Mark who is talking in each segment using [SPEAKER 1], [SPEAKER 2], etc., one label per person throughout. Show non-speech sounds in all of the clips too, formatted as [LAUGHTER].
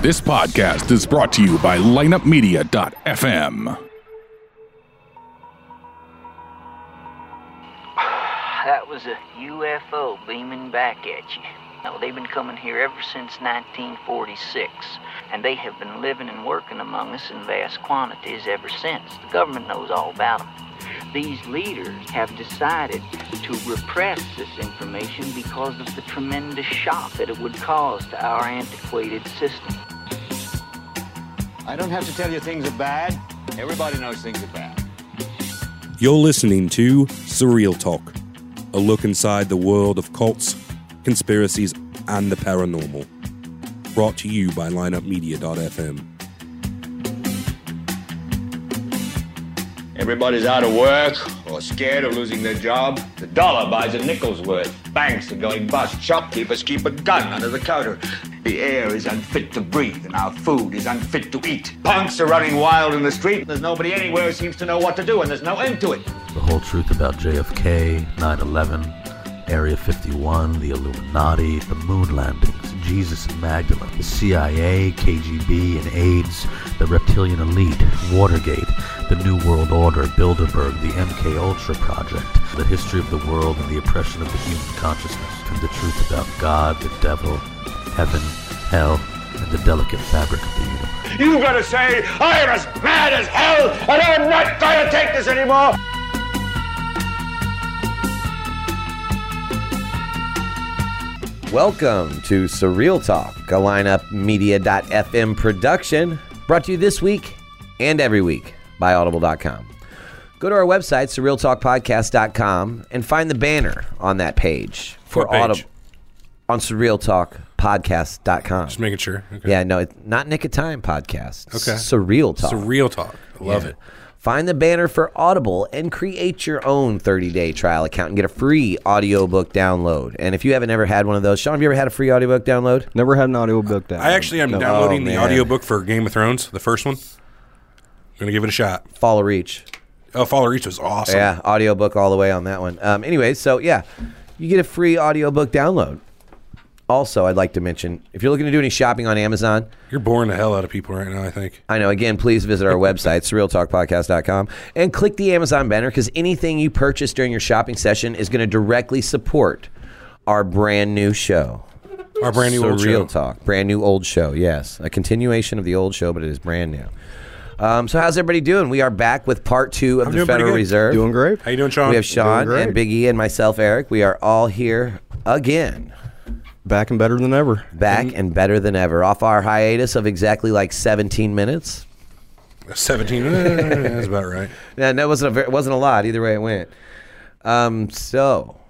[SPEAKER 1] This podcast is brought to you by lineupmedia.fm.
[SPEAKER 2] That was a UFO beaming back at you. Now, they've been coming here ever since 1946, and they have been living and working among us in vast quantities ever since. The government knows all about them. These leaders have decided to repress this information because of the tremendous shock that it would cause to our antiquated system.
[SPEAKER 3] I don't have to tell you things are bad. Everybody knows things are bad.
[SPEAKER 4] You're listening to Surreal Talk, a look inside the world of cults, conspiracies, and the paranormal. Brought to you by lineupmedia.fm.
[SPEAKER 5] Everybody's out of work or scared of losing their job. The dollar buys a nickel's worth. Banks are going bust. Shopkeepers keep a gun under the counter. The air is unfit to breathe and our food is unfit to eat. Punks are running wild in the street. There's nobody anywhere who seems to know what to do and there's no end to it.
[SPEAKER 6] the whole truth about JFK, 9 11, Area 51, the Illuminati, the moon landings, Jesus and Magdalene, the CIA, KGB, and AIDS, the reptilian elite, Watergate, the New World Order, Bilderberg, the MK Ultra Project, the history of the world and the oppression of the human consciousness, and the truth about God, the devil, heaven, hell, and the delicate fabric of the universe.
[SPEAKER 5] You gotta say, I'm as mad as hell and I'm not gonna take this anymore.
[SPEAKER 7] Welcome to Surreal Talk, a lineupmedia.fm production brought to you this week and every week by audible.com. Go to our website, surrealtalkpodcast.com, and find the banner on that page for
[SPEAKER 4] What page?
[SPEAKER 7] Audible on surrealtalkpodcast.com.
[SPEAKER 4] Just making sure. Okay.
[SPEAKER 7] Yeah, no, it's not Nick of Time podcast.
[SPEAKER 4] Okay.
[SPEAKER 7] Surreal Talk.
[SPEAKER 4] Surreal Talk. I love
[SPEAKER 7] Yeah.
[SPEAKER 4] it.
[SPEAKER 7] Find the banner for Audible and create your own 30-day trial account and get a free audiobook download. And if you haven't ever had one of those, Sean, have you ever had a free audiobook download?
[SPEAKER 8] Never had an audiobook down.
[SPEAKER 4] I actually am
[SPEAKER 7] No.
[SPEAKER 4] downloading
[SPEAKER 7] Oh,
[SPEAKER 4] the
[SPEAKER 7] man.
[SPEAKER 4] audiobook for Game of Thrones, the first one. I'm going to give it a shot.
[SPEAKER 7] Follow Reach.
[SPEAKER 4] Oh, Follow Reach was awesome.
[SPEAKER 7] Yeah, audiobook all the way on that one. Um, anyway, so yeah, you get a free audiobook download. Also, I'd like to mention if you're looking to do any shopping on Amazon,
[SPEAKER 4] You're boring the hell out of people right now, I think.
[SPEAKER 7] I know, again, please visit our website, surrealtalkpodcast.com, and click the Amazon banner because anything you purchase during your shopping session is going to directly support our brand new show.
[SPEAKER 4] Our brand new
[SPEAKER 7] Surreal
[SPEAKER 4] old show.
[SPEAKER 7] Talk. Brand new old show, yes. A continuation of the old show, but it is brand new. Um, so, how's everybody doing? We are back with part two of
[SPEAKER 4] I'm
[SPEAKER 7] the
[SPEAKER 4] doing pretty
[SPEAKER 7] Federal
[SPEAKER 4] good.
[SPEAKER 7] Reserve.
[SPEAKER 8] Doing great.
[SPEAKER 4] How you doing, Sean?
[SPEAKER 7] We
[SPEAKER 4] [LAUGHS]
[SPEAKER 7] have Sean
[SPEAKER 8] Doing great.
[SPEAKER 7] and Big E and myself, Eric. We are all here again,
[SPEAKER 8] Back and better than ever.
[SPEAKER 7] back
[SPEAKER 4] Mm-hmm.
[SPEAKER 7] and better than ever, off our hiatus of exactly like 17 minutes.
[SPEAKER 4] 17. That's about right.
[SPEAKER 7] Yeah, that wasn't a ver- wasn't a lot either way it went. Um, so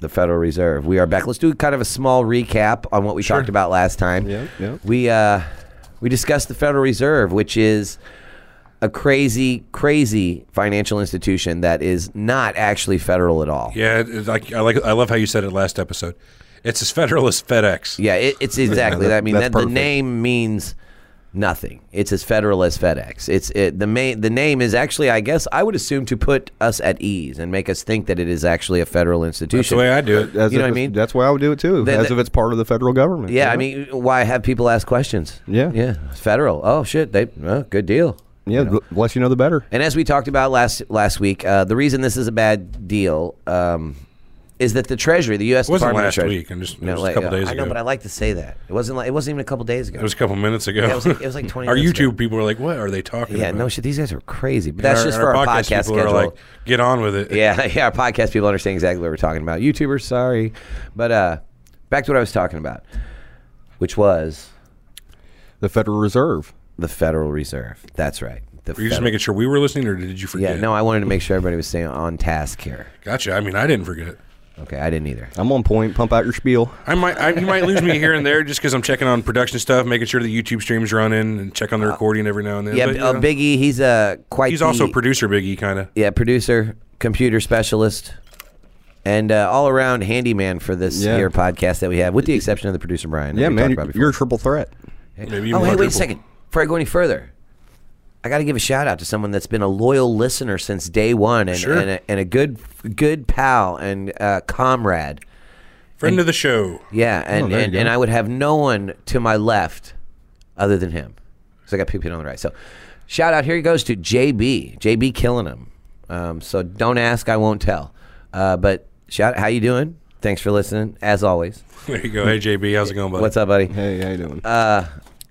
[SPEAKER 7] the Federal Reserve, we are back. Let's do kind of a small recap on what we talked about last time.
[SPEAKER 8] Yeah, yeah.
[SPEAKER 7] We uh, we discussed the Federal Reserve, which is a crazy, crazy financial institution that is not actually federal at all.
[SPEAKER 4] Yeah, it- it's like I like I love how you said it last episode. It's as federal as FedEx.
[SPEAKER 7] Yeah, it, it's exactly. that, I mean,
[SPEAKER 8] That's
[SPEAKER 7] that, the
[SPEAKER 8] perfect.
[SPEAKER 7] name means nothing. It's as federal as FedEx. It's it, the main. The name is actually, I guess, I would assume to put us at ease and make us think that it is actually a federal
[SPEAKER 4] That's the
[SPEAKER 7] institution.
[SPEAKER 4] way I do it.
[SPEAKER 8] As
[SPEAKER 7] You know what I
[SPEAKER 8] if it's-
[SPEAKER 7] mean?
[SPEAKER 8] That's why I would do it too.
[SPEAKER 7] Then
[SPEAKER 8] as
[SPEAKER 7] the-
[SPEAKER 8] if it's part of the federal government.
[SPEAKER 7] yeah,
[SPEAKER 8] you
[SPEAKER 7] I
[SPEAKER 8] know?
[SPEAKER 7] mean, why have people ask questions?
[SPEAKER 8] Yeah.
[SPEAKER 7] yeah, it's federal. Oh shit, they well, good deal.
[SPEAKER 8] yeah. the less you know, the better.
[SPEAKER 7] And as we talked about last last week, uh, the reason this is a bad deal um, is that the Treasury, the U.S.
[SPEAKER 4] It wasn't
[SPEAKER 7] Department
[SPEAKER 4] last
[SPEAKER 7] of Treasury,
[SPEAKER 4] week, I'm just- it was a couple days
[SPEAKER 7] I know,
[SPEAKER 4] ago.
[SPEAKER 7] but I like to say that it wasn't. Like, it wasn't even a couple days ago.
[SPEAKER 4] It was a couple minutes ago.
[SPEAKER 7] Yeah, it was like- it
[SPEAKER 4] [LAUGHS]
[SPEAKER 7] was like 20
[SPEAKER 4] Our
[SPEAKER 7] minutes
[SPEAKER 4] YouTube
[SPEAKER 7] ago.
[SPEAKER 4] people were like, "What are they talking
[SPEAKER 7] Yeah,
[SPEAKER 4] about?"
[SPEAKER 7] no shit. These guys are crazy. But
[SPEAKER 4] And
[SPEAKER 7] that's
[SPEAKER 4] our-
[SPEAKER 7] just
[SPEAKER 4] and
[SPEAKER 7] for
[SPEAKER 4] our
[SPEAKER 7] our podcast
[SPEAKER 4] people are
[SPEAKER 7] schedule.
[SPEAKER 4] like, "Get on with it."
[SPEAKER 7] yeah, [LAUGHS] yeah. Our podcast people understand exactly what we're talking about. YouTubers, sorry, but uh, back to what I was talking about, which was
[SPEAKER 8] The Federal Reserve.
[SPEAKER 7] the Federal Reserve. That's right. The
[SPEAKER 4] Were you just
[SPEAKER 7] Federal-
[SPEAKER 4] making sure we were listening, or did you
[SPEAKER 7] Yeah,
[SPEAKER 4] forget?
[SPEAKER 7] no, I wanted to make sure everybody was staying on task here.
[SPEAKER 4] Gotcha. I mean, I didn't forget.
[SPEAKER 7] Okay, I didn't either.
[SPEAKER 8] I'm on point. Pump out your spiel.
[SPEAKER 4] I might, I, you might lose me here and there just because I'm checking on production stuff, making sure the YouTube stream's running, and check on the recording every now and then.
[SPEAKER 7] Uh, Yeah,
[SPEAKER 4] But, you
[SPEAKER 7] uh,
[SPEAKER 4] know,
[SPEAKER 7] Big E, he's uh, quite.
[SPEAKER 4] He's also
[SPEAKER 7] the-
[SPEAKER 4] producer, Biggie, kind of.
[SPEAKER 7] yeah, producer, computer specialist, and uh, all around handyman for this
[SPEAKER 8] Yeah.
[SPEAKER 7] here podcast that we have, with the exception of the producer Brian. that
[SPEAKER 8] Yeah,
[SPEAKER 7] we
[SPEAKER 8] man.
[SPEAKER 7] talked
[SPEAKER 8] You're,
[SPEAKER 7] about
[SPEAKER 8] you're
[SPEAKER 7] before.
[SPEAKER 8] a triple threat.
[SPEAKER 4] Maybe even
[SPEAKER 7] Oh, hey, wait a
[SPEAKER 4] quadruple.
[SPEAKER 7] second. Before I go any further, I got to give a shout out to someone that's been a loyal listener since day one and,
[SPEAKER 4] Sure.
[SPEAKER 7] and, a, and a good good pal and uh, comrade
[SPEAKER 4] Friend of the show. [LAUGHS]
[SPEAKER 7] Yeah, and,
[SPEAKER 8] Oh, there you
[SPEAKER 7] and,
[SPEAKER 8] go.
[SPEAKER 7] and I would have no one to my left other than him because I got Pupin on the right. So shout out here he goes to JB. JB killing him. Um, so don't ask, I won't tell. Uh, but shout out, how you doing? Thanks for listening, as always.
[SPEAKER 4] There you go. Hey, JB, how's it going, buddy?
[SPEAKER 7] What's up, buddy?
[SPEAKER 8] Hey, how you doing?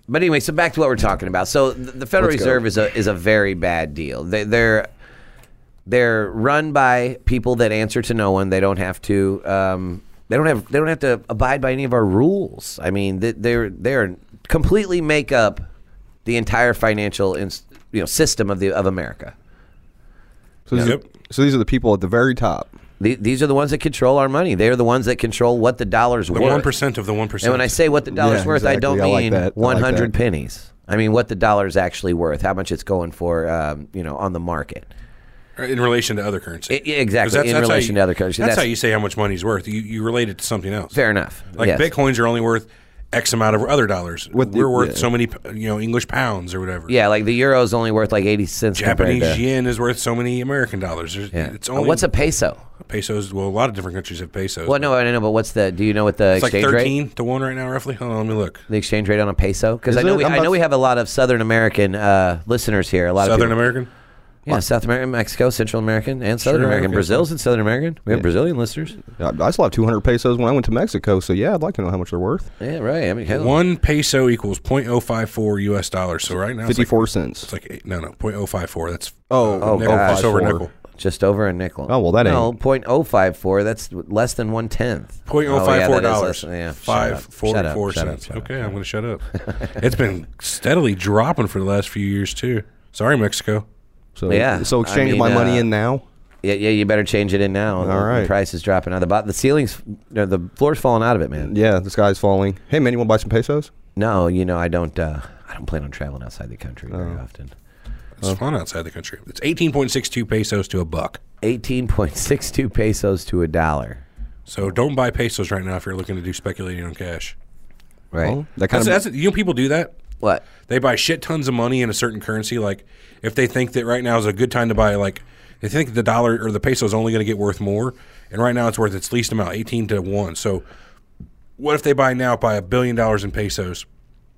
[SPEAKER 7] But anyway, so back to what we're talking about. So the, the Federal
[SPEAKER 8] Let's go.
[SPEAKER 7] Reserve is a is a very bad deal. They, they're they're run by people that answer to no one. They don't have to. Um, they don't have. They don't have to abide by any of our rules. I mean, th- they're they're completely make up the entire financial ins- you know system of the of America.
[SPEAKER 8] so, these
[SPEAKER 4] Yep.
[SPEAKER 8] are, so these are the people at the very top.
[SPEAKER 7] The- These are the ones that control our money. They're the ones that control what the dollar's
[SPEAKER 4] The
[SPEAKER 7] worth.
[SPEAKER 4] one percent of the one percent.
[SPEAKER 7] And when I say what the dollar's
[SPEAKER 8] Yeah,
[SPEAKER 7] worth, I
[SPEAKER 8] exactly.
[SPEAKER 7] don't
[SPEAKER 8] I like
[SPEAKER 7] mean
[SPEAKER 8] that. I like
[SPEAKER 7] 100
[SPEAKER 8] that.
[SPEAKER 7] pennies. I mean what the dollar's actually worth, how much it's going for, um, you know, on the market.
[SPEAKER 4] in relation to other currency,
[SPEAKER 7] I- yeah, exactly,
[SPEAKER 4] 'Cause that's-
[SPEAKER 7] in
[SPEAKER 4] that's how
[SPEAKER 7] relation
[SPEAKER 4] you-
[SPEAKER 7] to other currency.
[SPEAKER 4] That's,
[SPEAKER 7] That's-
[SPEAKER 4] how you say how much money's worth. You you relate it to something else.
[SPEAKER 7] Fair enough.
[SPEAKER 4] Like
[SPEAKER 7] Yes.
[SPEAKER 4] bitcoins are only worth X amount of other dollars.
[SPEAKER 8] With the-
[SPEAKER 4] We're worth
[SPEAKER 8] yeah.
[SPEAKER 4] so many p- you know English pounds or whatever.
[SPEAKER 7] Yeah, like the euro's only worth like 80 cents. compared
[SPEAKER 4] Japanese
[SPEAKER 7] to-
[SPEAKER 4] yen is worth so many American dollars. There's-
[SPEAKER 7] Yeah.
[SPEAKER 4] It's
[SPEAKER 7] Uh,
[SPEAKER 4] only
[SPEAKER 7] what's a peso?
[SPEAKER 4] pesos. Well, a lot of different countries have pesos.
[SPEAKER 7] Well, no, I don't know, but what's the? Do you know what the
[SPEAKER 4] it's like
[SPEAKER 7] exchange
[SPEAKER 4] thirteen
[SPEAKER 7] rate?
[SPEAKER 4] to one right now, roughly. Hold on, let me look.
[SPEAKER 7] The exchange rate on a peso? Because I
[SPEAKER 8] Is
[SPEAKER 7] know
[SPEAKER 8] it?
[SPEAKER 7] we,
[SPEAKER 8] I'm
[SPEAKER 7] I
[SPEAKER 8] not
[SPEAKER 7] know we
[SPEAKER 8] s-
[SPEAKER 7] have a lot of Southern American uh, listeners here. A lot
[SPEAKER 4] Southern
[SPEAKER 7] of people,
[SPEAKER 4] American.
[SPEAKER 7] yeah, South American, Mexico, Central American, and Southern
[SPEAKER 4] Sure,
[SPEAKER 7] American.
[SPEAKER 4] okay.
[SPEAKER 7] Brazil's and Southern American. We have
[SPEAKER 8] Yeah.
[SPEAKER 7] Brazilian listeners.
[SPEAKER 8] I, I still have 200 pesos when I went to Mexico, so yeah, I'd like to know how much they're worth.
[SPEAKER 7] Yeah, right. I mean, hell.
[SPEAKER 4] One peso equals 0.054 U.S. dollars. So right now, it's like-
[SPEAKER 8] 54 cents.
[SPEAKER 4] It's like eight, no, no, point oh five four. That's
[SPEAKER 8] Oh,
[SPEAKER 4] uh,
[SPEAKER 8] oh,
[SPEAKER 4] nickel,
[SPEAKER 7] gosh.
[SPEAKER 4] just over
[SPEAKER 8] 0.54.
[SPEAKER 4] nickel.
[SPEAKER 7] Just over a nickel.
[SPEAKER 8] Oh, well, that
[SPEAKER 7] no,
[SPEAKER 8] ain't-
[SPEAKER 7] point oh five four. That's less than one tenth.
[SPEAKER 4] Point oh
[SPEAKER 7] yeah,
[SPEAKER 4] five four
[SPEAKER 7] that is less
[SPEAKER 4] dollars.
[SPEAKER 7] than- Yeah,
[SPEAKER 4] five forty four cents. okay, I'm gonna shut up. it's been steadily dropping for the last few years too. Sorry, Mexico.
[SPEAKER 8] So,
[SPEAKER 7] Yeah, I
[SPEAKER 8] so exchange
[SPEAKER 7] mean,
[SPEAKER 8] my
[SPEAKER 7] uh,
[SPEAKER 8] money in now.
[SPEAKER 7] Yeah, yeah, you better change it in now. The- the
[SPEAKER 8] right.
[SPEAKER 7] price is dropping out of the bottom. The ceilings, no, the floor's falling out of it, man.
[SPEAKER 8] Yeah, the sky's falling. Hey, man, you want to buy some pesos?
[SPEAKER 7] No, you know, I don't. Uh, I don't plan on traveling outside the country
[SPEAKER 8] Oh.
[SPEAKER 7] very often.
[SPEAKER 4] It's fun outside the country. It's eighteen point six two pesos to a buck.
[SPEAKER 7] Eighteen point six two pesos to a dollar.
[SPEAKER 4] So don't buy pesos right now if you're looking to do speculating on cash.
[SPEAKER 7] Right.
[SPEAKER 8] Well, that kind
[SPEAKER 4] That's,
[SPEAKER 8] of
[SPEAKER 4] that's you know people do that.
[SPEAKER 7] what?
[SPEAKER 4] They buy shit tons of money in a certain currency. Like if they think that right now is a good time to buy, like they think the dollar or the peso is only going to get worth more, and right now it's worth its least amount, eighteen to one. So what if they buy now, buy a billion dollars in pesos?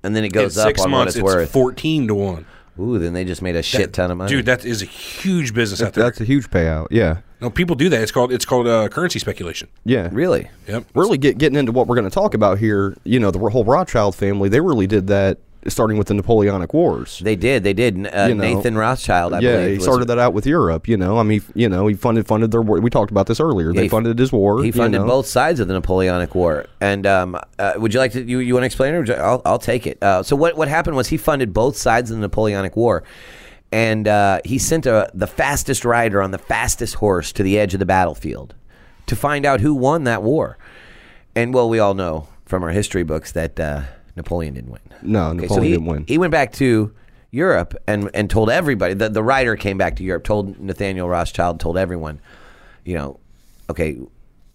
[SPEAKER 7] And then it
[SPEAKER 4] In
[SPEAKER 7] goes up
[SPEAKER 4] six
[SPEAKER 7] on
[SPEAKER 4] months,
[SPEAKER 7] what it's, worth.
[SPEAKER 4] fourteen to one.
[SPEAKER 7] Ooh, then they just made a shit ton of money.
[SPEAKER 4] Dude, that is a huge business out there.
[SPEAKER 8] that's a huge payout. Yeah,
[SPEAKER 4] no, people do that. It's called it's called uh, currency speculation.
[SPEAKER 8] yeah.
[SPEAKER 7] really?
[SPEAKER 4] Yep.
[SPEAKER 8] really get, getting into what we're going to talk about here, you know, the whole Rothschild family, they really did that starting with the Napoleonic Wars.
[SPEAKER 7] They did. They did. Uh,
[SPEAKER 8] You know.
[SPEAKER 7] Nathan Rothschild, I
[SPEAKER 8] yeah,
[SPEAKER 7] believe.
[SPEAKER 8] he
[SPEAKER 7] was-
[SPEAKER 8] started that out with Europe, you know. I mean, you know, he funded funded their war. We talked about this earlier.
[SPEAKER 7] Yeah,
[SPEAKER 8] they
[SPEAKER 7] he-
[SPEAKER 8] funded his war.
[SPEAKER 7] He
[SPEAKER 8] you
[SPEAKER 7] funded
[SPEAKER 8] know.
[SPEAKER 7] both sides of the Napoleonic War. And um, uh, would you like to? You, you want to explain it? Or would you- I'll, I'll take it. Uh, so what what happened was he funded both sides of the Napoleonic War, and uh, he sent a, the fastest rider on the fastest horse to the edge of the battlefield to find out who won that war. And well, we all know from our history books that uh, Napoleon didn't win.
[SPEAKER 8] No,
[SPEAKER 7] Okay,
[SPEAKER 8] Napoleon
[SPEAKER 7] he,
[SPEAKER 8] didn't win.
[SPEAKER 7] He went back to Europe and and told everybody. The the writer came back to Europe, told Nathaniel Rothschild, told everyone, you know, okay,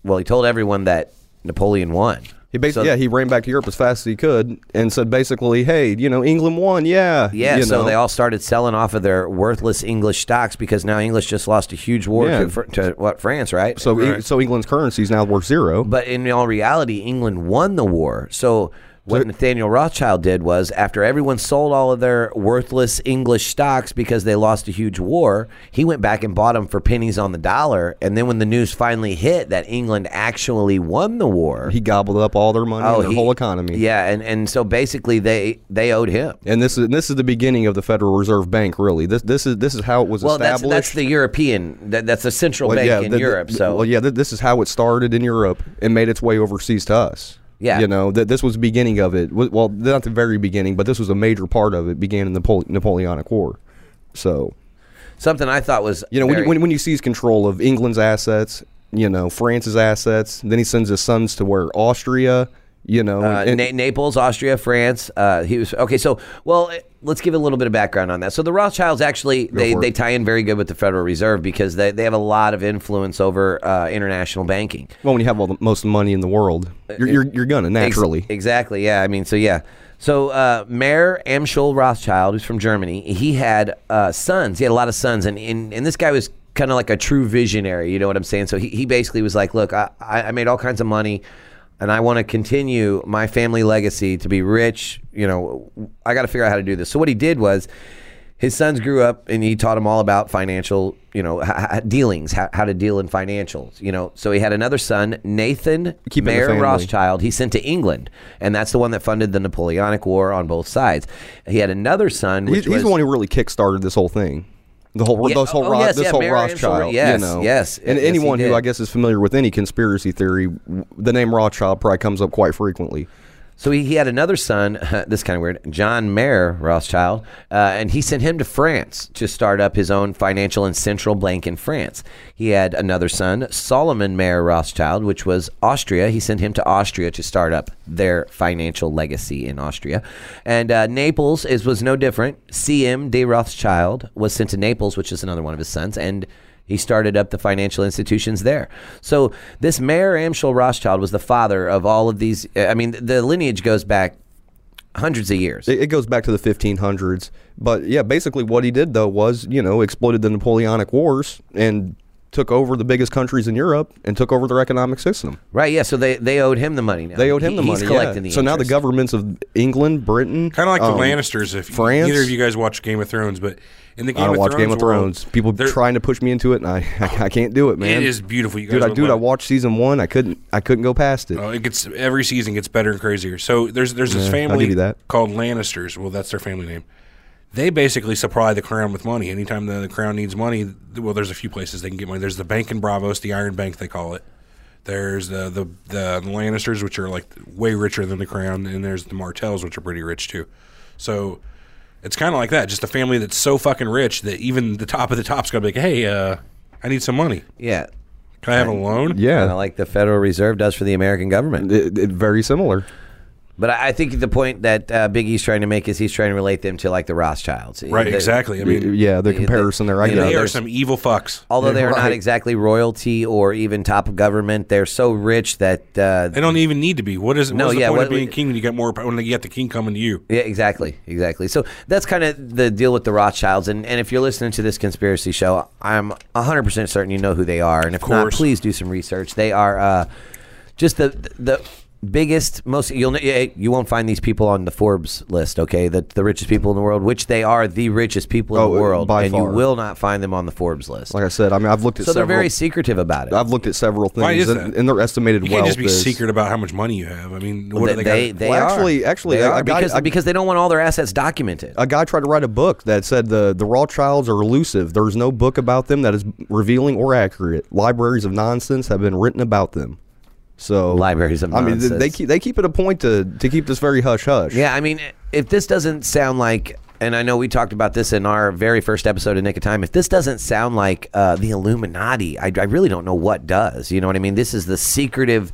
[SPEAKER 7] well, he told everyone that Napoleon won.
[SPEAKER 8] He bas-
[SPEAKER 7] So-
[SPEAKER 8] yeah, he ran back to Europe as fast as he could and said basically, hey, you know, England won, yeah.
[SPEAKER 7] Yeah,
[SPEAKER 8] you
[SPEAKER 7] so
[SPEAKER 8] know.
[SPEAKER 7] they all started selling off of their worthless English stocks because now English just lost a huge war
[SPEAKER 8] Yeah.
[SPEAKER 7] to, fr to what France, right?
[SPEAKER 8] so E- so England's currency is now worth zero.
[SPEAKER 7] But in all reality, England won the war. So what Nathaniel Rothschild did was, after everyone sold all of their worthless English stocks because they lost a huge war, he went back and bought them for pennies on the dollar. And then when the news finally hit that England actually won the war,
[SPEAKER 8] he gobbled up all their money, and their
[SPEAKER 7] Oh, he-
[SPEAKER 8] whole economy.
[SPEAKER 7] Yeah, and, and so basically they they owed him.
[SPEAKER 8] And this is and this is the beginning of the Federal Reserve Bank. Really, this this is this is how it was
[SPEAKER 7] Well, that's
[SPEAKER 8] established.
[SPEAKER 7] that's the European that, that's the central
[SPEAKER 8] Well,
[SPEAKER 7] bank
[SPEAKER 8] yeah,
[SPEAKER 7] in
[SPEAKER 8] th- th-
[SPEAKER 7] Europe. So
[SPEAKER 8] well, yeah, th- this is how it started in Europe and made its way overseas to us.
[SPEAKER 7] Yeah.
[SPEAKER 8] you know that this was the beginning of it. W- Well, not the very beginning, but this was a major part of it. Began in the Pol- Napoleonic War. So
[SPEAKER 7] something I thought was
[SPEAKER 8] you know when, you,
[SPEAKER 7] very-
[SPEAKER 8] when when you seize control of England's assets, you know France's assets, then he sends his sons to where Austria. You know,
[SPEAKER 7] Uh,
[SPEAKER 8] and- and-
[SPEAKER 7] Na- Naples, Austria, France. Uh, he was okay. So, well, eh, let's give a little bit of background on that. So, the Rothschilds actually they,
[SPEAKER 8] for it.
[SPEAKER 7] they tie in very good with the Federal Reserve because they, they have a lot of influence over uh, international banking.
[SPEAKER 8] well, when you have all the most money in the world,
[SPEAKER 7] Uh,
[SPEAKER 8] you're you're, you're gonna
[SPEAKER 7] Ex-
[SPEAKER 8] naturally.
[SPEAKER 7] exactly. Yeah. I mean, so yeah. So uh, Mayor Amschel Rothschild, who's from Germany, he had uh, sons. He had a lot of sons, and and, and this guy was kind of like a true visionary. You know what I'm saying? So he, he basically was like, look, I, I I made all kinds of money. and I want to continue my family legacy to be rich. You know, I got to figure out how to do this. So what he did was, his sons grew up and he taught them all about financial, you know, h- h- dealings, how, how to deal in financials. You know, so he had another son, Nathan
[SPEAKER 8] Keep it in the
[SPEAKER 7] Mayer
[SPEAKER 8] family.
[SPEAKER 7] Rothschild. He sent to England, and that's the one that funded the Napoleonic War on both sides. He had another son.
[SPEAKER 8] He-
[SPEAKER 7] Which
[SPEAKER 8] he's
[SPEAKER 7] was,
[SPEAKER 8] the one who really kickstarted this whole thing. The whole,
[SPEAKER 7] Yeah,
[SPEAKER 8] this whole,
[SPEAKER 7] oh,
[SPEAKER 8] Ro-
[SPEAKER 7] yes,
[SPEAKER 8] this
[SPEAKER 7] yeah,
[SPEAKER 8] whole
[SPEAKER 7] Mary Ann Sor-
[SPEAKER 8] Rothschild.
[SPEAKER 7] yes,
[SPEAKER 8] you know.
[SPEAKER 7] yes,
[SPEAKER 8] and
[SPEAKER 7] yes, he
[SPEAKER 8] anyone
[SPEAKER 7] did.
[SPEAKER 8] who I guess is familiar with any conspiracy theory, w- the name Rothschild probably comes up quite frequently.
[SPEAKER 7] So he, he had another son, [LAUGHS] this is kind of weird, John Mayer Rothschild, uh, and he sent him to France to start up his own financial and central bank in France. He had another son, Solomon Mayer Rothschild, which was Austria. He sent him to Austria to start up their financial legacy in Austria. And uh, Naples is, was no different. CM de Rothschild was sent to Naples, which is another one of his sons, and he started up the financial institutions there. So this Mayor Amschel Rothschild was the father of all of these. I mean, the lineage goes back hundreds of years.
[SPEAKER 8] It, it goes back to the 1500s. But yeah, basically what he did though was, you know, exploited the Napoleonic Wars and took over the biggest countries in Europe and took over their economic system.
[SPEAKER 7] right? Yeah. So they, they owed him the money. Now.
[SPEAKER 8] They owed him
[SPEAKER 7] He-
[SPEAKER 8] the money.
[SPEAKER 7] He's
[SPEAKER 8] yeah.
[SPEAKER 7] collecting the
[SPEAKER 8] so now the
[SPEAKER 7] interest.
[SPEAKER 8] governments of England, Britain,
[SPEAKER 4] Kind of like
[SPEAKER 8] um,
[SPEAKER 4] the Lannisters. If
[SPEAKER 8] France?
[SPEAKER 4] neither of you guys watch Game of Thrones, but in the Game
[SPEAKER 8] I don't
[SPEAKER 4] of
[SPEAKER 8] watch
[SPEAKER 4] Thrones
[SPEAKER 8] Game of
[SPEAKER 4] world,
[SPEAKER 8] Thrones. People
[SPEAKER 4] there-
[SPEAKER 8] trying to push me into it, and I, [LAUGHS] I, can't do it, man.
[SPEAKER 4] It is beautiful. You guys
[SPEAKER 8] dude. I,
[SPEAKER 4] would
[SPEAKER 8] dude, I
[SPEAKER 4] love it.
[SPEAKER 8] watched season one. I couldn't. I couldn't go past it.
[SPEAKER 4] Oh, it gets every season gets better and crazier. So there's there's this
[SPEAKER 8] Yeah, I'll
[SPEAKER 4] family
[SPEAKER 8] give you that.
[SPEAKER 4] called Lannisters. Well, that's their family name. They basically supply the crown with money. Anytime the, the crown needs money, th- well, there's a few places they can get money. There's the bank in Bravos, the Iron Bank they call it. There's the the, the Lannisters, which are like way richer than the crown, and there's the Martells, which are pretty rich too. So it's kind of like that. Just a family that's so fucking rich that even the top of the top's gonna be like, hey, uh, I need some money.
[SPEAKER 7] Yeah.
[SPEAKER 4] Can I have a loan?
[SPEAKER 7] Kind of
[SPEAKER 8] yeah,
[SPEAKER 7] like the Federal Reserve does for the American government.
[SPEAKER 8] it, it- very similar.
[SPEAKER 7] But I I think the point that uh, Biggie's trying to make is he's trying to relate them to like the Rothschilds.
[SPEAKER 4] Right.
[SPEAKER 7] The-
[SPEAKER 4] exactly. I mean,
[SPEAKER 8] Yeah, the
[SPEAKER 7] They-
[SPEAKER 8] comparison there. I
[SPEAKER 7] you know,
[SPEAKER 8] get
[SPEAKER 4] they
[SPEAKER 8] it.
[SPEAKER 4] are
[SPEAKER 7] there's-
[SPEAKER 4] some evil fucks.
[SPEAKER 7] Although they are not
[SPEAKER 8] Right.
[SPEAKER 7] exactly royalty or even top government, they're so rich that uh,
[SPEAKER 4] They don't even need to be. What is
[SPEAKER 7] No,
[SPEAKER 4] no, the
[SPEAKER 7] yeah,
[SPEAKER 4] point
[SPEAKER 7] what
[SPEAKER 4] of being
[SPEAKER 7] we-
[SPEAKER 4] king when you got more power- when you got the king coming to you?
[SPEAKER 7] Yeah, exactly, exactly. So that's kind of the deal with the Rothschilds. And and if you're listening to this conspiracy show, I'm 100 percent certain you know who they are. And if not,
[SPEAKER 4] course.
[SPEAKER 7] please do some research. They are uh, just the the biggest, most you'll yeah, you won't find these people on the Forbes list. Okay, the the richest people in the world, which they are the richest people in
[SPEAKER 8] Oh,
[SPEAKER 7] the world,
[SPEAKER 8] by
[SPEAKER 7] and
[SPEAKER 8] far.
[SPEAKER 7] you will not find them on the Forbes list.
[SPEAKER 8] Like I said, I mean, I've looked at
[SPEAKER 7] so they're
[SPEAKER 8] several.
[SPEAKER 7] very secretive about it.
[SPEAKER 8] I've looked at several things,
[SPEAKER 4] Why is
[SPEAKER 8] and,
[SPEAKER 4] that?
[SPEAKER 8] and their estimated
[SPEAKER 4] You
[SPEAKER 8] wealth.
[SPEAKER 4] can't just be
[SPEAKER 8] is-
[SPEAKER 4] secret about how much money you have. I mean, what do
[SPEAKER 7] they,
[SPEAKER 4] they,
[SPEAKER 7] they,
[SPEAKER 4] got?
[SPEAKER 7] they
[SPEAKER 8] Well,
[SPEAKER 7] are.
[SPEAKER 8] actually- actually,
[SPEAKER 7] They
[SPEAKER 8] I-
[SPEAKER 7] are
[SPEAKER 8] I got-
[SPEAKER 7] because
[SPEAKER 8] I-
[SPEAKER 7] because they don't want all their assets documented.
[SPEAKER 8] A guy tried to write a book that said the the Rothschilds are elusive. There's no book about them that is revealing or accurate. Libraries of nonsense have been written about them. So
[SPEAKER 7] Libraries of
[SPEAKER 8] I mean, th- they
[SPEAKER 7] nonsense.
[SPEAKER 8] keep they keep it a point to to keep this very hush hush.
[SPEAKER 7] Yeah, I mean, if this doesn't sound like, and I know we talked about this in our very first episode of Nick of Time, if this doesn't sound like uh, the Illuminati, I, I really don't know what does. You know what I mean? This is the secretive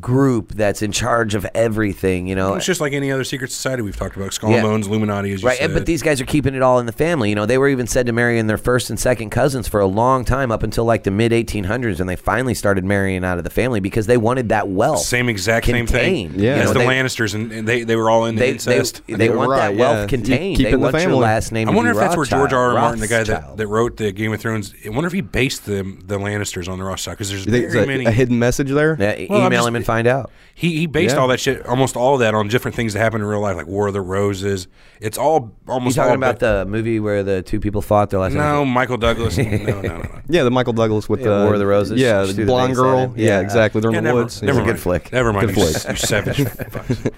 [SPEAKER 7] group that's in charge of everything. You know,
[SPEAKER 4] It's just like any other secret society we've talked about. Skull and
[SPEAKER 7] Yeah.
[SPEAKER 4] Bones, Illuminati, as you
[SPEAKER 7] right?
[SPEAKER 4] said.
[SPEAKER 7] and- But these guys are keeping it all in the family. You know, they were even said to marry in their first and second cousins for a long time, up until like the mid 1800s, when they finally started marrying out of the family because they wanted that wealth.
[SPEAKER 4] same exact same
[SPEAKER 7] contained.
[SPEAKER 4] thing.
[SPEAKER 8] Yeah.
[SPEAKER 4] as
[SPEAKER 7] You know,
[SPEAKER 4] the
[SPEAKER 7] they-
[SPEAKER 4] Lannisters, and, and they, they were all in
[SPEAKER 7] they they,
[SPEAKER 4] incest.
[SPEAKER 7] they want that
[SPEAKER 8] right,
[SPEAKER 7] wealth
[SPEAKER 8] yeah. You
[SPEAKER 7] contained.
[SPEAKER 8] keep
[SPEAKER 7] They
[SPEAKER 8] it in the
[SPEAKER 7] want your
[SPEAKER 8] family.
[SPEAKER 7] last name.
[SPEAKER 4] I
[SPEAKER 7] to
[SPEAKER 4] wonder if
[SPEAKER 7] be
[SPEAKER 4] that's where George R. R.
[SPEAKER 7] Rothschild-
[SPEAKER 4] Martin, the guy that,
[SPEAKER 7] Rothschild.
[SPEAKER 4] that wrote the Game of Thrones, I wonder if he based the the Lannisters on the Rothschild because there's
[SPEAKER 8] You think
[SPEAKER 4] very
[SPEAKER 8] it's a,
[SPEAKER 4] many.
[SPEAKER 8] a hidden message there.
[SPEAKER 7] Yeah, e-
[SPEAKER 4] Well, I'm
[SPEAKER 7] email
[SPEAKER 4] just-
[SPEAKER 7] him and find out.
[SPEAKER 4] He, he based
[SPEAKER 8] Yeah.
[SPEAKER 4] all that shit, almost all of that, on different things that happened in real life, like War of the Roses. It's all
[SPEAKER 7] You
[SPEAKER 4] almost all
[SPEAKER 7] talking about
[SPEAKER 4] ba-
[SPEAKER 7] the movie where the two people fought their last
[SPEAKER 4] no
[SPEAKER 7] name?
[SPEAKER 4] Michael Douglas. no,
[SPEAKER 8] [LAUGHS]
[SPEAKER 4] no, no, no.
[SPEAKER 8] Yeah, the Michael Douglas with
[SPEAKER 7] Yeah,
[SPEAKER 8] the
[SPEAKER 7] War of the Roses,
[SPEAKER 8] Yeah,
[SPEAKER 7] she
[SPEAKER 8] the
[SPEAKER 7] threw the
[SPEAKER 8] blonde
[SPEAKER 7] vase at
[SPEAKER 8] girl.
[SPEAKER 7] him.
[SPEAKER 8] Yeah,
[SPEAKER 7] Yeah.
[SPEAKER 8] exactly. They're
[SPEAKER 4] Yeah,
[SPEAKER 8] in the
[SPEAKER 4] never,
[SPEAKER 8] woods.
[SPEAKER 4] never
[SPEAKER 8] Yeah.
[SPEAKER 4] mind.
[SPEAKER 7] good flick.
[SPEAKER 4] Never mind.
[SPEAKER 8] Good
[SPEAKER 4] you,
[SPEAKER 8] flick.
[SPEAKER 4] you
[SPEAKER 8] [LAUGHS]
[SPEAKER 4] savage fucks.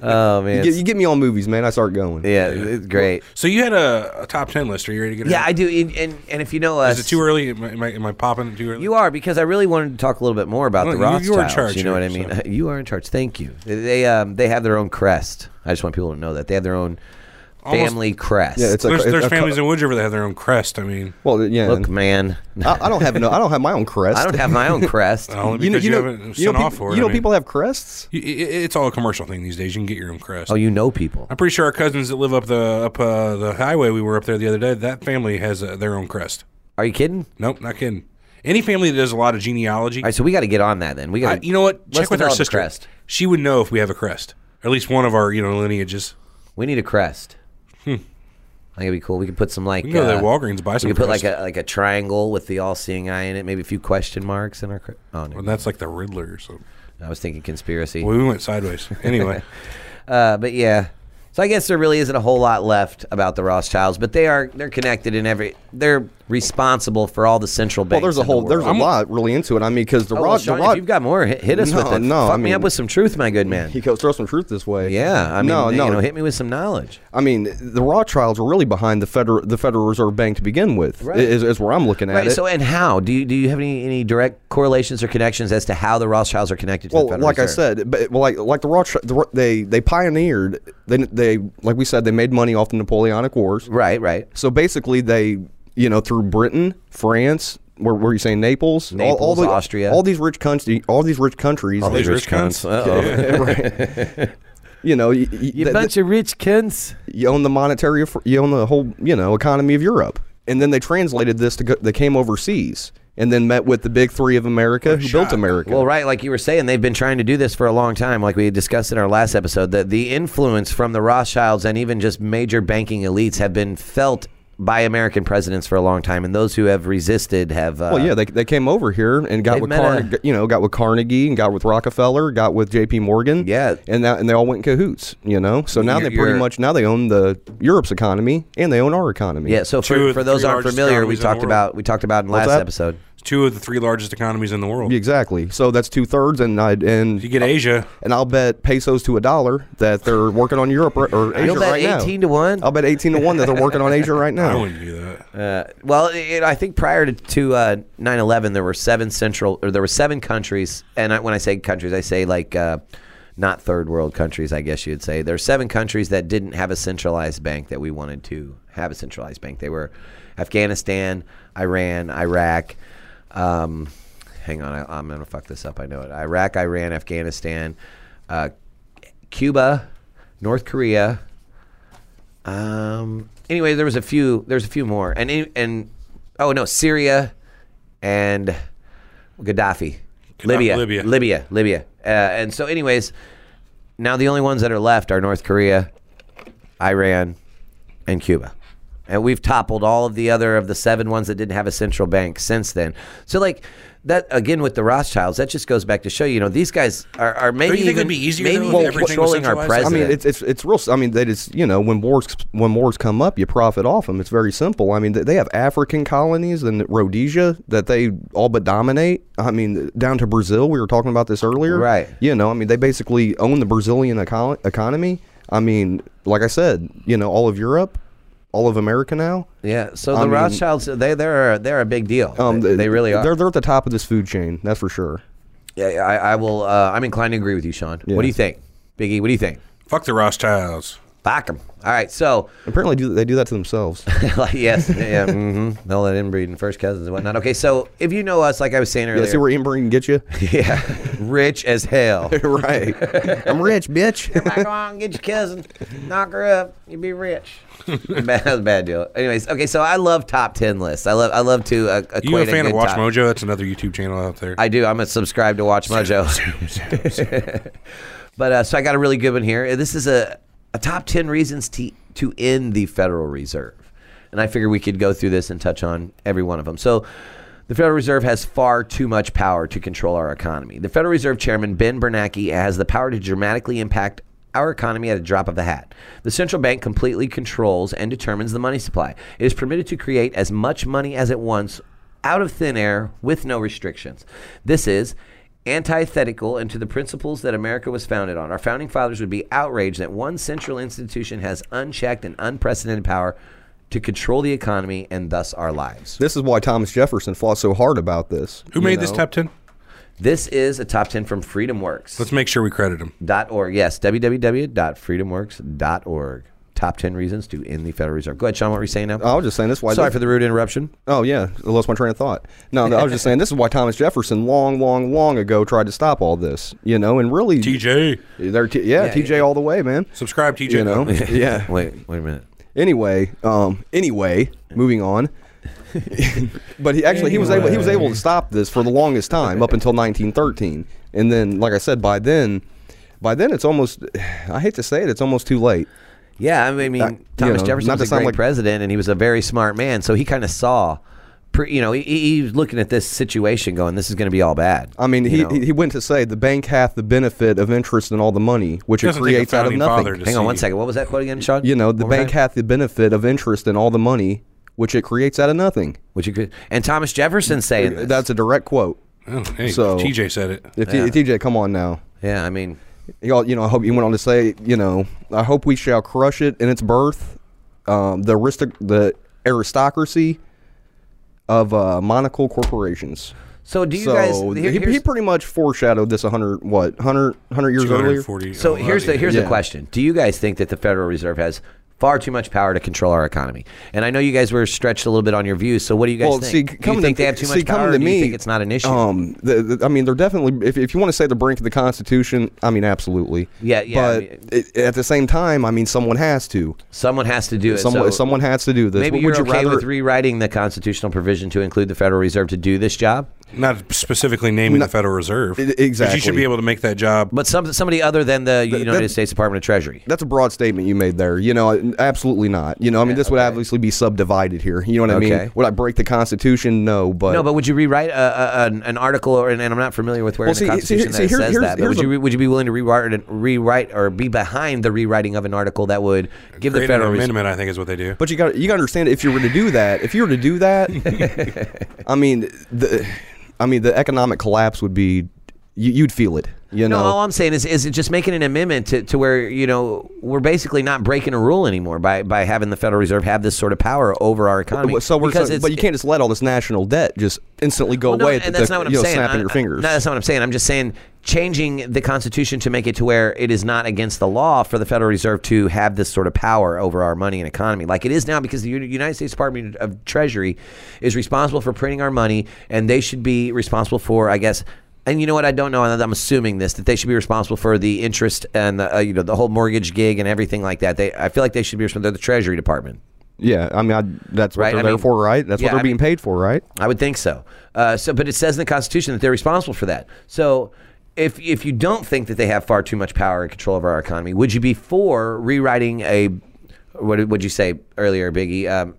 [SPEAKER 7] Oh man,
[SPEAKER 8] You get, you get me on movies, man. I start going.
[SPEAKER 7] yeah, it's great.
[SPEAKER 4] So you had a, a top ten list. Are you ready to get?
[SPEAKER 7] Yeah,
[SPEAKER 4] it?
[SPEAKER 7] I do. And, and and if you know
[SPEAKER 4] Is
[SPEAKER 7] us,
[SPEAKER 4] it too early? Am I, am I, am I popping too early?
[SPEAKER 7] you are because I really wanted to talk a little bit more about
[SPEAKER 4] Well,
[SPEAKER 7] the
[SPEAKER 4] you- you
[SPEAKER 7] Rothschilds. You,
[SPEAKER 4] are in charge
[SPEAKER 7] know what I
[SPEAKER 4] here,
[SPEAKER 7] mean? [LAUGHS] You are in charge. Thank you. They- They um they have their own crest. I just want people to know that they have their own
[SPEAKER 4] Almost-
[SPEAKER 7] family crest.
[SPEAKER 8] Yeah, it's a,
[SPEAKER 4] There's,
[SPEAKER 8] it's
[SPEAKER 4] there's
[SPEAKER 8] a-
[SPEAKER 4] families in Wood River that have their own crest. I mean,
[SPEAKER 8] Well, yeah.
[SPEAKER 7] Look, man,
[SPEAKER 8] [LAUGHS] I, I don't have no. I don't have my own crest.
[SPEAKER 7] I don't
[SPEAKER 8] [LAUGHS]
[SPEAKER 7] have
[SPEAKER 4] [LAUGHS]
[SPEAKER 7] my own crest.
[SPEAKER 4] only
[SPEAKER 8] You know,
[SPEAKER 4] because
[SPEAKER 8] you
[SPEAKER 4] you,
[SPEAKER 8] know,
[SPEAKER 4] haven't
[SPEAKER 8] you know,
[SPEAKER 4] sent off
[SPEAKER 8] peop-
[SPEAKER 4] for it.
[SPEAKER 8] you know
[SPEAKER 4] I mean,
[SPEAKER 8] people have crests.
[SPEAKER 4] you- it- it's all a commercial thing these days. You can get your own crest.
[SPEAKER 7] Oh, you know people.
[SPEAKER 4] I'm pretty sure our cousins that live up the up uh, the highway we were up there the other day. That family has uh, their own crest.
[SPEAKER 7] Are you kidding?
[SPEAKER 4] Nope, not kidding. Any family that does a lot of genealogy,
[SPEAKER 7] All right, so we got to get on that then. We
[SPEAKER 4] I-
[SPEAKER 7] got.
[SPEAKER 4] you know what? Check with our sister.
[SPEAKER 7] Crest.
[SPEAKER 4] She would know if we have a crest, or at least one of our you know lineages.
[SPEAKER 7] We need a crest. I think it'd be cool. We could put some like
[SPEAKER 4] Hmm. We can go to
[SPEAKER 7] uh,
[SPEAKER 4] the Walgreens buy
[SPEAKER 7] We
[SPEAKER 4] some.
[SPEAKER 7] could put like
[SPEAKER 4] crest.
[SPEAKER 7] a like a triangle with the all-seeing eye in it. Maybe a few question marks in our. cre- Oh no!
[SPEAKER 4] And that's like the Riddler or something.
[SPEAKER 7] I was thinking conspiracy.
[SPEAKER 9] Well, we went sideways. Anyway,
[SPEAKER 7] [LAUGHS] Uh, but yeah, so I guess there really isn't a whole lot left about the Rothschilds, but they are they're connected in every. They're responsible for all the central banks.
[SPEAKER 8] Well, there's a
[SPEAKER 7] in the
[SPEAKER 8] whole there's
[SPEAKER 7] world.
[SPEAKER 8] a lot really into it. I mean, because the
[SPEAKER 7] Oh,
[SPEAKER 8] Rod,
[SPEAKER 7] well, Sean,
[SPEAKER 8] the Rod,
[SPEAKER 7] if you've got more, hit, hit us
[SPEAKER 8] No,
[SPEAKER 7] with it.
[SPEAKER 8] no,
[SPEAKER 7] Fuck
[SPEAKER 8] I
[SPEAKER 7] me up
[SPEAKER 8] mean-
[SPEAKER 7] with some truth, my good man.
[SPEAKER 8] he goes throw some truth this way.
[SPEAKER 7] yeah, I mean,
[SPEAKER 8] no,
[SPEAKER 7] you
[SPEAKER 8] no,
[SPEAKER 7] know, hit me with some knowledge.
[SPEAKER 8] I mean, the Rothschilds were really behind the Federal the Federal Reserve Bank to begin with.
[SPEAKER 7] Right.
[SPEAKER 8] Is, is where I'm looking at
[SPEAKER 7] Right.
[SPEAKER 8] it.
[SPEAKER 7] So, and how do you do you have any, any direct correlations or connections as to how the Rothschilds are connected to
[SPEAKER 8] well,
[SPEAKER 7] the Federal
[SPEAKER 8] like
[SPEAKER 7] Reserve?
[SPEAKER 8] I said, but well, like like the Rothschild, the, Ro- they they pioneered. They they like we said, they made money off the Napoleonic Wars.
[SPEAKER 7] right, right.
[SPEAKER 8] So basically, they you know through Britain, France. Where were you saying Naples? All- all,
[SPEAKER 7] Naples,
[SPEAKER 8] the-
[SPEAKER 7] Austria.
[SPEAKER 8] All these rich countries. All these rich countries.
[SPEAKER 9] these rich cunts.
[SPEAKER 7] Uh-oh.
[SPEAKER 8] you know, you,
[SPEAKER 7] You bunch of rich cunts.
[SPEAKER 8] you own the monetary, you own the whole, you know, economy of Europe. And then they translated this to go, they came overseas and then met with the big three of America who built America.
[SPEAKER 7] Well, right, like you were saying, they've been trying to do this for a long time, like we discussed in our last episode. That the influence from the Rothschilds and even just major banking elites have been felt by American presidents for a long time, and those who have resisted have. Uh,
[SPEAKER 8] Well, yeah, they, they came over here and got
[SPEAKER 7] They've
[SPEAKER 8] with
[SPEAKER 7] met
[SPEAKER 8] Carnegie, you know, got with Carnegie and got with Rockefeller, got with J.P. Morgan,
[SPEAKER 7] Yeah.
[SPEAKER 8] and that and they all went in cahoots, you know. So now
[SPEAKER 7] You're-
[SPEAKER 8] they pretty
[SPEAKER 7] you're-
[SPEAKER 8] much now they own the Europe's economy and they own our economy.
[SPEAKER 7] Yeah, so
[SPEAKER 9] Two
[SPEAKER 7] for,
[SPEAKER 9] of
[SPEAKER 7] for
[SPEAKER 9] the
[SPEAKER 7] those
[SPEAKER 9] three
[SPEAKER 7] aren't
[SPEAKER 9] largest
[SPEAKER 7] familiar, we
[SPEAKER 9] economies in the
[SPEAKER 7] talked
[SPEAKER 9] world.
[SPEAKER 7] about we talked about in last
[SPEAKER 8] that?
[SPEAKER 7] episode.
[SPEAKER 9] it's two of the three largest economies in the world.
[SPEAKER 8] exactly. So that's two thirds, and I
[SPEAKER 9] If you
[SPEAKER 8] and
[SPEAKER 9] get Asia,
[SPEAKER 8] and I'll bet pesos to a dollar that they're working on Europe or, or Asia
[SPEAKER 7] You'll bet
[SPEAKER 8] right now.
[SPEAKER 7] eighteen to one.
[SPEAKER 8] I'll bet eighteen to one that they're working on Asia right
[SPEAKER 9] I
[SPEAKER 8] now.
[SPEAKER 9] wouldn't do that.
[SPEAKER 7] Uh, well, it, I think prior to, to uh, 9/11, there were seven central, or there were seven countries, and I, when I say countries, I say like uh, not third world countries. I guess you'd say there are seven countries that didn't have a centralized bank that we wanted to have a centralized bank. They were Afghanistan, Iran, Iraq. Um, hang on, I, I'm gonna fuck this up. I know it. Iraq, Iran, Afghanistan, uh, Cuba, North Korea, um. Anyway, there was a few. There's a few more, and and oh no, Syria, and Gaddafi, Libya,
[SPEAKER 9] Libya.
[SPEAKER 7] Libya, Libya. Uh, and so, anyways, now the only ones that are left are North Korea, Iran, and Cuba. And we've toppled all of the other of the seven ones that didn't have a central bank since then. So, like that again with the Rothschilds, that just goes back to show you know these guys are, are maybe
[SPEAKER 9] Don't you think
[SPEAKER 7] even-
[SPEAKER 9] it'd be easier, though,
[SPEAKER 7] maybe
[SPEAKER 9] if
[SPEAKER 7] even
[SPEAKER 9] everything was
[SPEAKER 7] controlling our
[SPEAKER 9] centralized?
[SPEAKER 8] I
[SPEAKER 7] president.
[SPEAKER 8] mean, it's it's it's real. I mean, they just you know when wars when wars come up, you profit off them. It's very simple. I mean, they- they have African colonies in Rhodesia that they all but dominate. I mean, down to Brazil. We were talking about this earlier,
[SPEAKER 7] Right.
[SPEAKER 8] You know, I mean, they basically own the Brazilian eco- economy. I mean, like I said, you know, all of Europe, all of America now.
[SPEAKER 7] Yeah, so
[SPEAKER 8] I
[SPEAKER 7] the
[SPEAKER 8] mean- um,
[SPEAKER 7] Rothschilds, they they're they're a big deal. they, they really are.
[SPEAKER 8] They're they're at the top of this food chain. That's for sure.
[SPEAKER 7] Yeah, I, I will. Uh, I'm inclined to agree with you, Sean. What do you think, Biggie? What do you think?
[SPEAKER 9] Fuck the Rothschilds.
[SPEAKER 7] Fuck 'em. All right, so [LAUGHS]
[SPEAKER 8] Apparently, do, they do that to themselves.
[SPEAKER 7] like, yes, yeah, mm-hmm. they'll let inbreeding, first cousins and whatnot. Okay, so if you know us, like I was saying
[SPEAKER 8] yeah,
[SPEAKER 7] earlier,
[SPEAKER 8] see where Ember can get you.
[SPEAKER 7] [LAUGHS] yeah, rich as hell.
[SPEAKER 8] [LAUGHS] right. I'm rich, bitch.
[SPEAKER 7] Come on, get your cousin, knock her up, you'll be rich. bad, that was a [LAUGHS] bad deal. Anyways, okay, so I love top ten lists. I love I love to uh, equate
[SPEAKER 9] You a fan of
[SPEAKER 7] good
[SPEAKER 9] Watch
[SPEAKER 7] top-
[SPEAKER 9] Mojo? That's another YouTube channel out there.
[SPEAKER 7] I do. I'm a subscribe
[SPEAKER 9] [LAUGHS]
[SPEAKER 7] to Watch Mojo. But uh, so I got a really good one here. This is a, a top 10 reasons to, to end the Federal Reserve. And I figured we could go through this and touch on every one of them. So the Federal Reserve has far too much power to control our economy. The Federal Reserve Chairman Ben Bernanke has the power to dramatically impact our economy at a drop of the hat. The central bank completely controls and determines the money supply. It is permitted to create as much money as it wants out of thin air with no restrictions. This is antithetical and to the principles that America was founded on. Our founding fathers would be outraged that one central institution has unchecked and unprecedented power to control the economy and thus our lives.
[SPEAKER 8] This is why Thomas Jefferson fought so hard about this.
[SPEAKER 9] Who
[SPEAKER 8] you
[SPEAKER 9] made this
[SPEAKER 8] know?
[SPEAKER 9] top ten?
[SPEAKER 7] This is a top 10 from freedomworks.org.
[SPEAKER 9] Let's make sure we credit him.
[SPEAKER 7] Yes, www.freedomworks.org. Top 10 reasons to end the Federal Reserve. Go ahead, Sean, what were you saying now?
[SPEAKER 8] I was just saying this. is Why
[SPEAKER 7] Sorry for the rude interruption.
[SPEAKER 8] Oh yeah, I lost my train of thought. No, no, I was just saying this is why Thomas Jefferson, long, long, long ago, tried to stop all this. You know, and really,
[SPEAKER 9] TJ,
[SPEAKER 8] they're t- yeah, TJ all the way, man.
[SPEAKER 9] subscribe. TJ,
[SPEAKER 7] [LAUGHS]
[SPEAKER 8] You know, yeah.
[SPEAKER 7] Wait, wait a minute.
[SPEAKER 8] Anyway, um, anyway,
[SPEAKER 7] [LAUGHS]
[SPEAKER 8] moving on. but he actually he was able he was able to stop this for the longest time up until 1913, and then like I said, by then, by then it's almost [SIGHS] I hate to say it, it's almost too late.
[SPEAKER 7] Yeah, I mean,
[SPEAKER 8] That- you
[SPEAKER 7] Thomas
[SPEAKER 8] know,
[SPEAKER 7] Jefferson
[SPEAKER 8] not to
[SPEAKER 7] was a
[SPEAKER 8] sound
[SPEAKER 7] great
[SPEAKER 8] like-
[SPEAKER 7] president, and he was a very smart man. So he kind of saw pre- you know, he, he- he's looking at this situation going, this is going to be all bad.
[SPEAKER 8] I mean,
[SPEAKER 7] You
[SPEAKER 8] he,
[SPEAKER 7] know?
[SPEAKER 8] he he went to say the bank hath the benefit of interest in all the money, which it
[SPEAKER 4] Doesn't take a
[SPEAKER 8] creates out of
[SPEAKER 4] founding
[SPEAKER 8] nothing.
[SPEAKER 4] father to
[SPEAKER 7] Hang on
[SPEAKER 4] see-
[SPEAKER 7] one second. What was that quote again, Sean?
[SPEAKER 8] You know, the
[SPEAKER 7] One more
[SPEAKER 8] bank
[SPEAKER 7] time?
[SPEAKER 8] hath the benefit of interest in all the money, which it creates out of nothing.
[SPEAKER 7] Which you could, and Thomas Jefferson saying this.
[SPEAKER 8] That's a direct quote.
[SPEAKER 4] Oh, hey,
[SPEAKER 8] So-
[SPEAKER 4] TJ said it.
[SPEAKER 8] If you- TJ, come on now.
[SPEAKER 7] yeah, I mean,
[SPEAKER 8] Y'all, you know, I hope you went on to say, you know, I hope we shall crush it in its birth. Um, the aristoc- the aristocracy of uh, monocle corporations.
[SPEAKER 7] so Oh, do you
[SPEAKER 8] so
[SPEAKER 7] guys? here-
[SPEAKER 8] he, he
[SPEAKER 7] here's-
[SPEAKER 8] pretty much foreshadowed this 100 what 100 100 years earlier.
[SPEAKER 4] 240
[SPEAKER 7] So
[SPEAKER 4] oh,
[SPEAKER 7] here's the here's the
[SPEAKER 8] Yeah.
[SPEAKER 7] question: Do you guys think that the Federal Reserve has far too much power to control our economy? And I know you guys were stretched a little bit on your views. So what do you guys
[SPEAKER 8] well,
[SPEAKER 7] think?
[SPEAKER 8] see,
[SPEAKER 7] do
[SPEAKER 8] coming
[SPEAKER 7] you think
[SPEAKER 8] to,
[SPEAKER 7] they have too
[SPEAKER 8] see,
[SPEAKER 7] much power?
[SPEAKER 8] coming
[SPEAKER 7] or
[SPEAKER 8] to
[SPEAKER 7] do
[SPEAKER 8] me,
[SPEAKER 7] you think it's not an issue?
[SPEAKER 8] Um, the, the- I mean, they're definitely. If, if you want to say they're breaking the Constitution, I mean, absolutely.
[SPEAKER 7] Yeah, yeah, I
[SPEAKER 8] But
[SPEAKER 7] mean-
[SPEAKER 8] it, at the same time, I mean, someone has to.
[SPEAKER 7] someone has to do it. so
[SPEAKER 8] Someone, someone has to do this.
[SPEAKER 7] maybe
[SPEAKER 8] Would
[SPEAKER 7] you're
[SPEAKER 8] you
[SPEAKER 7] okay
[SPEAKER 8] rather,
[SPEAKER 7] with rewriting the constitutional provision to include the Federal Reserve to do this job,
[SPEAKER 4] not specifically naming the Federal Reserve.
[SPEAKER 8] I-
[SPEAKER 4] 'Cause
[SPEAKER 8] exactly.
[SPEAKER 4] You should be able to make that job.
[SPEAKER 7] but some somebody other than the United
[SPEAKER 8] that-
[SPEAKER 7] States Department of Treasury.
[SPEAKER 8] That's a broad statement you made there. You know, absolutely not. You know, I mean, this would obviously be subdivided here. You know what I
[SPEAKER 7] Okay.
[SPEAKER 8] mean? Would I break the Constitution? No, but
[SPEAKER 7] No, but would you rewrite a, a, an, an article, or, and, and I'm not familiar with where
[SPEAKER 8] Well,
[SPEAKER 7] in the
[SPEAKER 8] see, see,
[SPEAKER 7] Constitution
[SPEAKER 8] here-
[SPEAKER 7] that
[SPEAKER 8] see,
[SPEAKER 7] it
[SPEAKER 8] here-
[SPEAKER 7] says
[SPEAKER 8] here's-
[SPEAKER 7] that, but would
[SPEAKER 8] here's
[SPEAKER 7] you,
[SPEAKER 8] a-
[SPEAKER 7] re- would you be willing to rewrite, it- rewrite or be behind the rewriting of an article that would give the
[SPEAKER 4] Create an
[SPEAKER 7] Federal Reserve?
[SPEAKER 4] amendment, I think, is what they do.
[SPEAKER 8] But you got you got to understand if you were to do that, if you were to do that, I mean the, I mean the economic collapse would be, you, you'd feel it. You
[SPEAKER 7] No,
[SPEAKER 8] know,
[SPEAKER 7] all I'm saying is, is it just making an amendment to, to where you know we're basically not breaking a rule anymore by, by having the Federal Reserve have this sort of power over our economy.
[SPEAKER 8] Well, so we're
[SPEAKER 7] because
[SPEAKER 8] so,
[SPEAKER 7] it's-
[SPEAKER 8] but you can't just let all this national debt just instantly go
[SPEAKER 7] Well, no,
[SPEAKER 8] away.
[SPEAKER 7] and
[SPEAKER 8] the-
[SPEAKER 7] that's not what I'm
[SPEAKER 8] you know,
[SPEAKER 7] saying.
[SPEAKER 8] Snapping
[SPEAKER 7] I-
[SPEAKER 8] your
[SPEAKER 7] I-
[SPEAKER 8] fingers.
[SPEAKER 7] No, that's not what I'm saying. I'm just saying changing the Constitution to make it to where it is not against the law for the Federal Reserve to have this sort of power over our money and economy, like it is now, because the U- United States Department of Treasury is responsible for printing our money, and they should be responsible for, I guess. And you know what? I don't know, and I'm assuming this that they should be responsible for the interest and the, uh, you know the whole mortgage gig and everything like that. They, I feel like they should be responsible. They're the Treasury Department.
[SPEAKER 8] yeah, I mean I, that's what
[SPEAKER 7] Right,
[SPEAKER 8] they're
[SPEAKER 7] I
[SPEAKER 8] there
[SPEAKER 7] mean,
[SPEAKER 8] for, right? That's
[SPEAKER 7] yeah,
[SPEAKER 8] what they're
[SPEAKER 7] I
[SPEAKER 8] being
[SPEAKER 7] mean-
[SPEAKER 8] paid for, right?
[SPEAKER 7] I would think so. Uh, so, but it says in the Constitution that they're responsible for that. So, if if you don't think that they have far too much power and control over our economy, would you be for rewriting a what did- would you say earlier, Biggie? Um,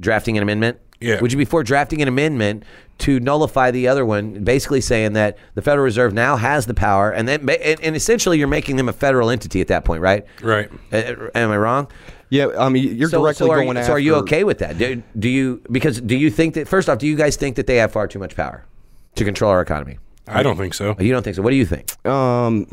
[SPEAKER 7] drafting an amendment.
[SPEAKER 4] Yeah.
[SPEAKER 7] Would you be for drafting an amendment to nullify the other one, basically saying that the Federal Reserve now has the power, and then and, and essentially you're making them a federal entity at that point, right?
[SPEAKER 4] Right.
[SPEAKER 7] Uh, am I wrong?
[SPEAKER 8] Yeah, I mean you're directly
[SPEAKER 7] are
[SPEAKER 8] going
[SPEAKER 7] you,
[SPEAKER 8] after.
[SPEAKER 7] So are you okay with that? Do, do you because do you think that first off, do you guys think that they have far too much power to control our economy?
[SPEAKER 4] I don't think so.
[SPEAKER 7] You don't think so? What do you think?
[SPEAKER 8] Um,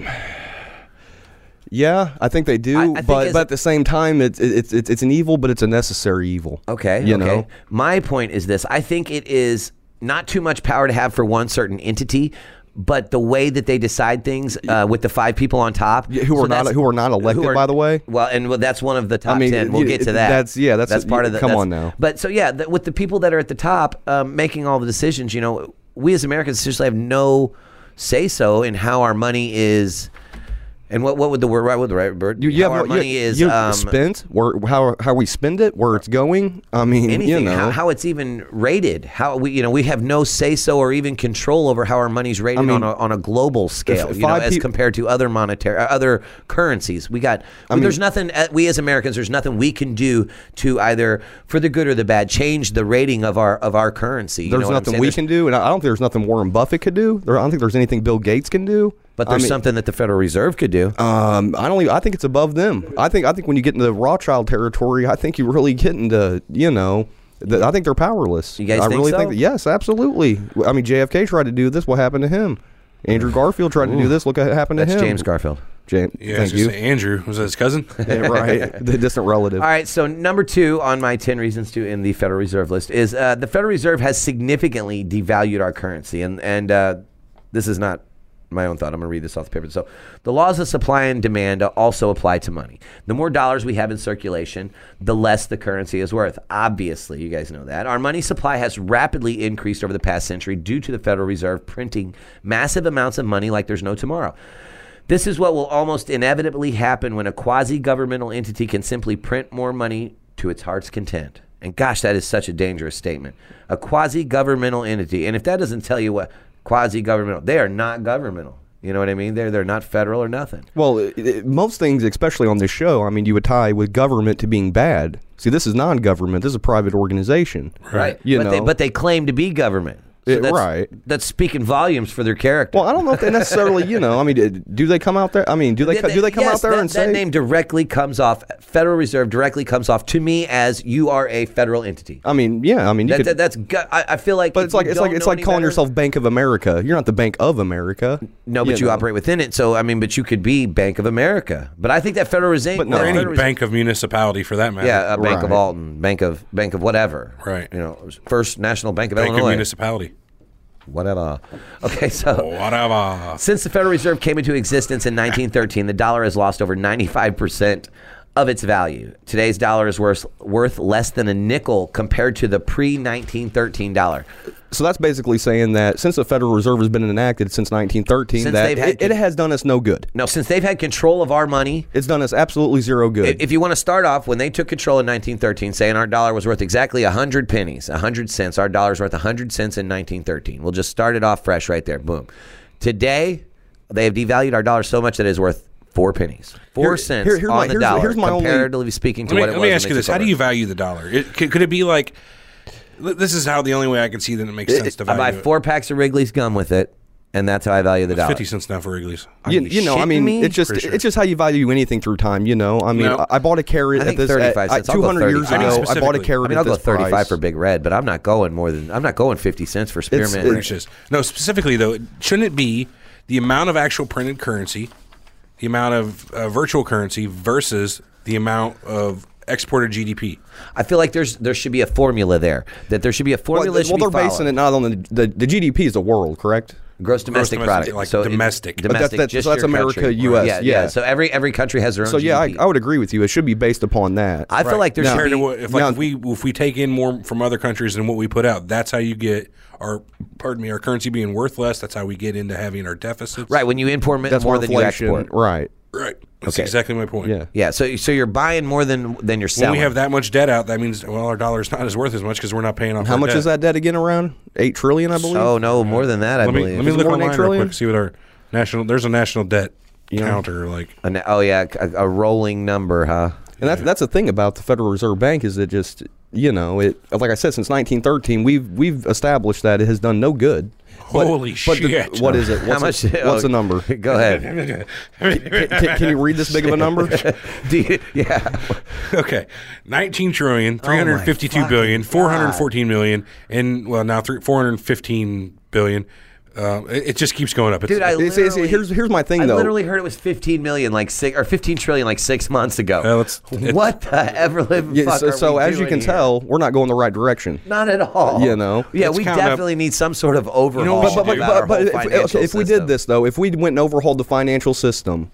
[SPEAKER 8] yeah, I think they do,
[SPEAKER 7] I- I think
[SPEAKER 8] but
[SPEAKER 7] as
[SPEAKER 8] but
[SPEAKER 7] a-
[SPEAKER 8] at the same time, it's it's it's it's an evil, but it's a necessary evil.
[SPEAKER 7] Okay.
[SPEAKER 8] you
[SPEAKER 7] okay.
[SPEAKER 8] know,
[SPEAKER 7] My point is this: I think it is not too much power to have for one certain entity. But the way that they decide things uh, with the five people on top,
[SPEAKER 8] Yeah, who are not-
[SPEAKER 7] that's-
[SPEAKER 8] who are not elected, by the way.
[SPEAKER 7] well, and well, that's one of the top
[SPEAKER 8] mean,
[SPEAKER 7] ten. We'll
[SPEAKER 8] y-
[SPEAKER 7] get to
[SPEAKER 8] it-
[SPEAKER 7] that.
[SPEAKER 8] that's- yeah, that's-
[SPEAKER 7] that's part of the.
[SPEAKER 8] come
[SPEAKER 7] that's-
[SPEAKER 8] on now.
[SPEAKER 7] But so yeah, th- with the people that are at the top um, making all the decisions, you know, we as Americans essentially have no say so in how our money is, and what what would the word right would the right word
[SPEAKER 8] You, you
[SPEAKER 7] how
[SPEAKER 8] have
[SPEAKER 7] our
[SPEAKER 8] no- you-
[SPEAKER 7] money is
[SPEAKER 8] you
[SPEAKER 7] um,
[SPEAKER 8] spent where how how we spend it, where it's going. I mean,
[SPEAKER 7] anything
[SPEAKER 8] you know,
[SPEAKER 7] how, how it's even rated how we you know we have no say so or even control over how our money's rated
[SPEAKER 8] mean,
[SPEAKER 7] on, a, on a global scale you know
[SPEAKER 8] five
[SPEAKER 7] as
[SPEAKER 8] peop-
[SPEAKER 7] compared to other monetary uh, other currencies we got there's nothing uh, we as Americans there's nothing we can do to either for the good or the bad change the rating of our of our currency you know
[SPEAKER 8] there's
[SPEAKER 7] what I'm
[SPEAKER 8] nothing
[SPEAKER 7] saying?
[SPEAKER 8] we
[SPEAKER 7] There's-
[SPEAKER 8] can do, and I I don't think there's nothing Warren Buffett could do. There, I don't think there's anything Bill Gates can do.
[SPEAKER 7] but
[SPEAKER 8] I
[SPEAKER 7] there's
[SPEAKER 8] mean,
[SPEAKER 7] something that the Federal Reserve could do
[SPEAKER 8] Um, I don't. Even, I think it's above them. I think. I think when you get into the Rothschild territory, I think you really get into. You know, the, I think they're powerless.
[SPEAKER 7] You guys
[SPEAKER 8] I
[SPEAKER 7] think
[SPEAKER 8] really
[SPEAKER 7] so?
[SPEAKER 8] think that. Yes, absolutely. I mean, JFK tried to do this. What happened to him? Andrew Garfield tried to do this. Look what happened to
[SPEAKER 7] that's
[SPEAKER 8] him.
[SPEAKER 7] James Garfield
[SPEAKER 8] James.
[SPEAKER 4] Yeah,
[SPEAKER 8] thank
[SPEAKER 4] it's just
[SPEAKER 8] you.
[SPEAKER 4] Andrew was that his cousin.
[SPEAKER 7] [LAUGHS]
[SPEAKER 8] Yeah, [LAUGHS] right. The distant relative.
[SPEAKER 7] All right, so number two on my 10 reasons to end the Federal Reserve list is uh, the Federal Reserve has significantly devalued our currency. And, and uh, this is not my own thought. I'm going to read this off the paper. So, the laws of supply and demand also apply to money. The more dollars we have in circulation, the less the currency is worth. Obviously, you guys know that. Our money supply has rapidly increased over the past century due to the Federal Reserve printing massive amounts of money like there's no tomorrow. This is what will almost inevitably happen when a quasi governmental entity can simply print more money to its heart's content. And gosh, that is such a dangerous statement. A quasi governmental entity. And if that doesn't tell you what quasi governmental, they are not governmental. You know what I mean? They're they're not federal or nothing.
[SPEAKER 8] Well, it, it, most things, especially on this show, I mean, you would tie with government to being bad. See, this is non-government. This is a private organization.
[SPEAKER 7] Right.
[SPEAKER 8] You
[SPEAKER 7] but They,
[SPEAKER 8] know.
[SPEAKER 7] but they claim to be government. So
[SPEAKER 8] Yeah,
[SPEAKER 7] that's,
[SPEAKER 8] right.
[SPEAKER 7] That's speaking volumes for their character.
[SPEAKER 8] Well, I don't know if they necessarily, you know, I mean, d- do they come out there? I mean, do they co- do they come
[SPEAKER 7] yes,
[SPEAKER 8] out there
[SPEAKER 7] that,
[SPEAKER 8] and
[SPEAKER 7] that
[SPEAKER 8] say
[SPEAKER 7] name directly comes off? Federal Reserve directly comes off to me as you are a federal entity.
[SPEAKER 8] I mean, yeah, I mean, you
[SPEAKER 7] That,
[SPEAKER 8] could,
[SPEAKER 7] that, that's gu- I, I feel like,
[SPEAKER 8] but
[SPEAKER 7] if
[SPEAKER 8] it's like
[SPEAKER 7] you
[SPEAKER 8] it's like
[SPEAKER 7] don't
[SPEAKER 8] it's
[SPEAKER 7] know
[SPEAKER 8] like
[SPEAKER 7] any
[SPEAKER 8] calling
[SPEAKER 7] better-
[SPEAKER 8] yourself Bank of America. You're not the Bank of America.
[SPEAKER 7] No, but you,
[SPEAKER 8] know.
[SPEAKER 7] operate within it. So I mean, but you could be Bank of America. But I think that Federal Reserve,
[SPEAKER 8] But no.
[SPEAKER 7] that
[SPEAKER 8] Or
[SPEAKER 4] Any
[SPEAKER 7] Federal Reserve-
[SPEAKER 4] bank of municipality for that matter.
[SPEAKER 7] yeah, uh, Bank of
[SPEAKER 8] Right.
[SPEAKER 7] Alton, Bank of Bank of whatever,
[SPEAKER 4] Right.
[SPEAKER 7] You know, First National Bank of
[SPEAKER 4] Bank
[SPEAKER 7] Illinois,
[SPEAKER 4] of municipality.
[SPEAKER 7] whatever. Okay, so
[SPEAKER 4] Whatever.
[SPEAKER 7] Since the Federal Reserve came into existence in 1913, the dollar has lost over 95% of its value. Today's dollar is worth, worth less than a nickel compared to the pre 1913 dollar.
[SPEAKER 8] So that's basically saying that since the Federal Reserve has been enacted since 1913,
[SPEAKER 7] Since
[SPEAKER 8] that
[SPEAKER 7] they've had
[SPEAKER 8] it, it
[SPEAKER 7] to-
[SPEAKER 8] has done us no good.
[SPEAKER 7] Now, since they've had control of our money,
[SPEAKER 8] It's done us absolutely zero
[SPEAKER 7] i-
[SPEAKER 8] good.
[SPEAKER 7] if you want to start off, when they took control in 1913, saying our dollar was worth exactly 100 pennies, 100 cents, our dollar's worth 100 cents in 1913. We'll just start it off fresh right there. Boom. Today, they have devalued our dollar so much that it is worth four pennies. Four
[SPEAKER 8] Here-
[SPEAKER 7] cents
[SPEAKER 8] here- here
[SPEAKER 7] on
[SPEAKER 8] my-
[SPEAKER 7] the
[SPEAKER 8] here's-
[SPEAKER 7] dollar,
[SPEAKER 8] here's my only-
[SPEAKER 7] comparatively speaking to
[SPEAKER 4] Let me,
[SPEAKER 7] what it
[SPEAKER 4] let
[SPEAKER 7] was
[SPEAKER 4] me
[SPEAKER 7] when
[SPEAKER 4] ask
[SPEAKER 7] they
[SPEAKER 4] you
[SPEAKER 7] took
[SPEAKER 4] this: How do
[SPEAKER 7] over.
[SPEAKER 4] you value the dollar? It, could, could it be like? This is how the only way I can see that it makes sense to
[SPEAKER 7] I
[SPEAKER 4] value
[SPEAKER 7] buy
[SPEAKER 4] it.
[SPEAKER 7] four packs of Wrigley's gum with it, and that's how I value the dollar.
[SPEAKER 4] Fifty cents now for Wrigley's.
[SPEAKER 8] you, you know, I
[SPEAKER 7] shitting
[SPEAKER 8] mean,
[SPEAKER 7] me?
[SPEAKER 8] it's just
[SPEAKER 4] For sure.
[SPEAKER 8] it's just how you value anything through time. You know, I mean,
[SPEAKER 4] No.
[SPEAKER 8] I, I bought a carrot
[SPEAKER 7] I
[SPEAKER 8] at
[SPEAKER 7] think
[SPEAKER 8] this
[SPEAKER 7] 35
[SPEAKER 8] at,
[SPEAKER 7] cents. I'll go
[SPEAKER 8] 200 years
[SPEAKER 7] 35.
[SPEAKER 8] ago. I bought a
[SPEAKER 4] Specifically.
[SPEAKER 8] carrot.
[SPEAKER 7] I mean, I'll
[SPEAKER 8] at
[SPEAKER 7] go
[SPEAKER 8] this
[SPEAKER 7] 35
[SPEAKER 8] price.
[SPEAKER 7] for Big Red, but I'm not going more than I'm not going 50 cents for spearmint.
[SPEAKER 8] it's-
[SPEAKER 4] Purchase. No, specifically though, it- shouldn't it be the amount of actual printed currency, the amount of uh, virtual currency versus the amount of exported GDP?
[SPEAKER 7] I feel like there's there should be a formula there. That there should be a formula.
[SPEAKER 8] Well,
[SPEAKER 7] that should
[SPEAKER 8] well,
[SPEAKER 7] be
[SPEAKER 8] they're basing
[SPEAKER 7] followed.
[SPEAKER 8] it not on the, the the GDP is the world, correct?
[SPEAKER 7] gross domestic
[SPEAKER 4] domestic,
[SPEAKER 7] product.
[SPEAKER 4] like
[SPEAKER 7] so it-
[SPEAKER 4] domestic. But
[SPEAKER 8] that's-
[SPEAKER 7] domestic.
[SPEAKER 8] that's-
[SPEAKER 7] just
[SPEAKER 8] so that's
[SPEAKER 7] your
[SPEAKER 8] America,
[SPEAKER 7] country.
[SPEAKER 8] US,
[SPEAKER 7] Yeah, yeah.
[SPEAKER 8] yeah.
[SPEAKER 7] So every every country has their own.
[SPEAKER 8] So yeah, I,
[SPEAKER 7] GDP.
[SPEAKER 8] I would agree with you. It should be based upon that.
[SPEAKER 7] I feel like there should
[SPEAKER 4] Compared to
[SPEAKER 7] be.
[SPEAKER 4] what, if, like,
[SPEAKER 8] now-
[SPEAKER 4] if we if we take in more from other countries than what we put out, that's how you get our pardon me our currency being worth less. That's how we get into having our deficits.
[SPEAKER 7] Right when you import
[SPEAKER 8] that's
[SPEAKER 7] more
[SPEAKER 8] where
[SPEAKER 7] than you
[SPEAKER 8] inflation,
[SPEAKER 7] export.
[SPEAKER 8] right?
[SPEAKER 4] right. That's exactly my point.
[SPEAKER 8] Yeah.
[SPEAKER 7] Yeah, so so you're buying more than than you're
[SPEAKER 4] When
[SPEAKER 7] selling.
[SPEAKER 4] we have that much debt out, that means well our dollar's not as worth as much because we're not paying off.
[SPEAKER 8] How
[SPEAKER 4] our
[SPEAKER 8] much
[SPEAKER 4] debt.
[SPEAKER 8] is that debt again? Around eight trillion, I believe.
[SPEAKER 7] oh no, more than that. I
[SPEAKER 4] Let me
[SPEAKER 7] believe.
[SPEAKER 4] let me
[SPEAKER 8] it
[SPEAKER 4] look
[SPEAKER 8] more than
[SPEAKER 4] online
[SPEAKER 8] eight
[SPEAKER 4] real
[SPEAKER 8] trillion?
[SPEAKER 4] quick. See what our national there's a national debt counter like. [LAUGHS]
[SPEAKER 7] An- oh yeah, a, a rolling number, huh?
[SPEAKER 8] And that's that's the thing about the Federal Reserve Bank is it just you know it like I said since 1913 we've we've established that it has done no good.
[SPEAKER 4] Holy
[SPEAKER 8] but the-
[SPEAKER 4] shit.
[SPEAKER 8] what is it? What's
[SPEAKER 7] How much? [LAUGHS]
[SPEAKER 8] It, what's
[SPEAKER 7] oh,
[SPEAKER 8] the number?
[SPEAKER 7] Go ahead.
[SPEAKER 4] [LAUGHS]
[SPEAKER 8] Can, can- can you read this big of
[SPEAKER 7] [LAUGHS]
[SPEAKER 8] a number?
[SPEAKER 7] Do you, yeah.
[SPEAKER 4] Okay, nineteen trillion,
[SPEAKER 8] Oh
[SPEAKER 4] three hundred fifty-two billion, four hundred fourteen million, and well now three, four hundred fifteen billion. Uh, it, it just keeps going up. It's,
[SPEAKER 7] Dude, I
[SPEAKER 8] It's- it's-
[SPEAKER 7] literally,
[SPEAKER 8] here's- here's my thing,
[SPEAKER 7] I
[SPEAKER 8] though.
[SPEAKER 7] literally heard it was 15 million, like six or 15 trillion, like six months ago.
[SPEAKER 4] Well, it's- it's-
[SPEAKER 7] what the ever living
[SPEAKER 8] Yeah,
[SPEAKER 7] fuck
[SPEAKER 8] so
[SPEAKER 7] are
[SPEAKER 8] so
[SPEAKER 7] we
[SPEAKER 8] as you
[SPEAKER 7] doing
[SPEAKER 8] can
[SPEAKER 7] here?
[SPEAKER 8] tell, we're not going the right direction.
[SPEAKER 7] not at all.
[SPEAKER 8] You know?
[SPEAKER 7] yeah,
[SPEAKER 4] It's
[SPEAKER 7] we
[SPEAKER 4] kinda-
[SPEAKER 7] definitely need some sort of overhaul.
[SPEAKER 4] know what we should
[SPEAKER 8] But but,
[SPEAKER 4] do?
[SPEAKER 7] about our
[SPEAKER 8] but, but
[SPEAKER 7] whole
[SPEAKER 8] if,
[SPEAKER 7] financial
[SPEAKER 8] okay, if we
[SPEAKER 7] system.
[SPEAKER 8] did this though, if we went and overhauled the financial system,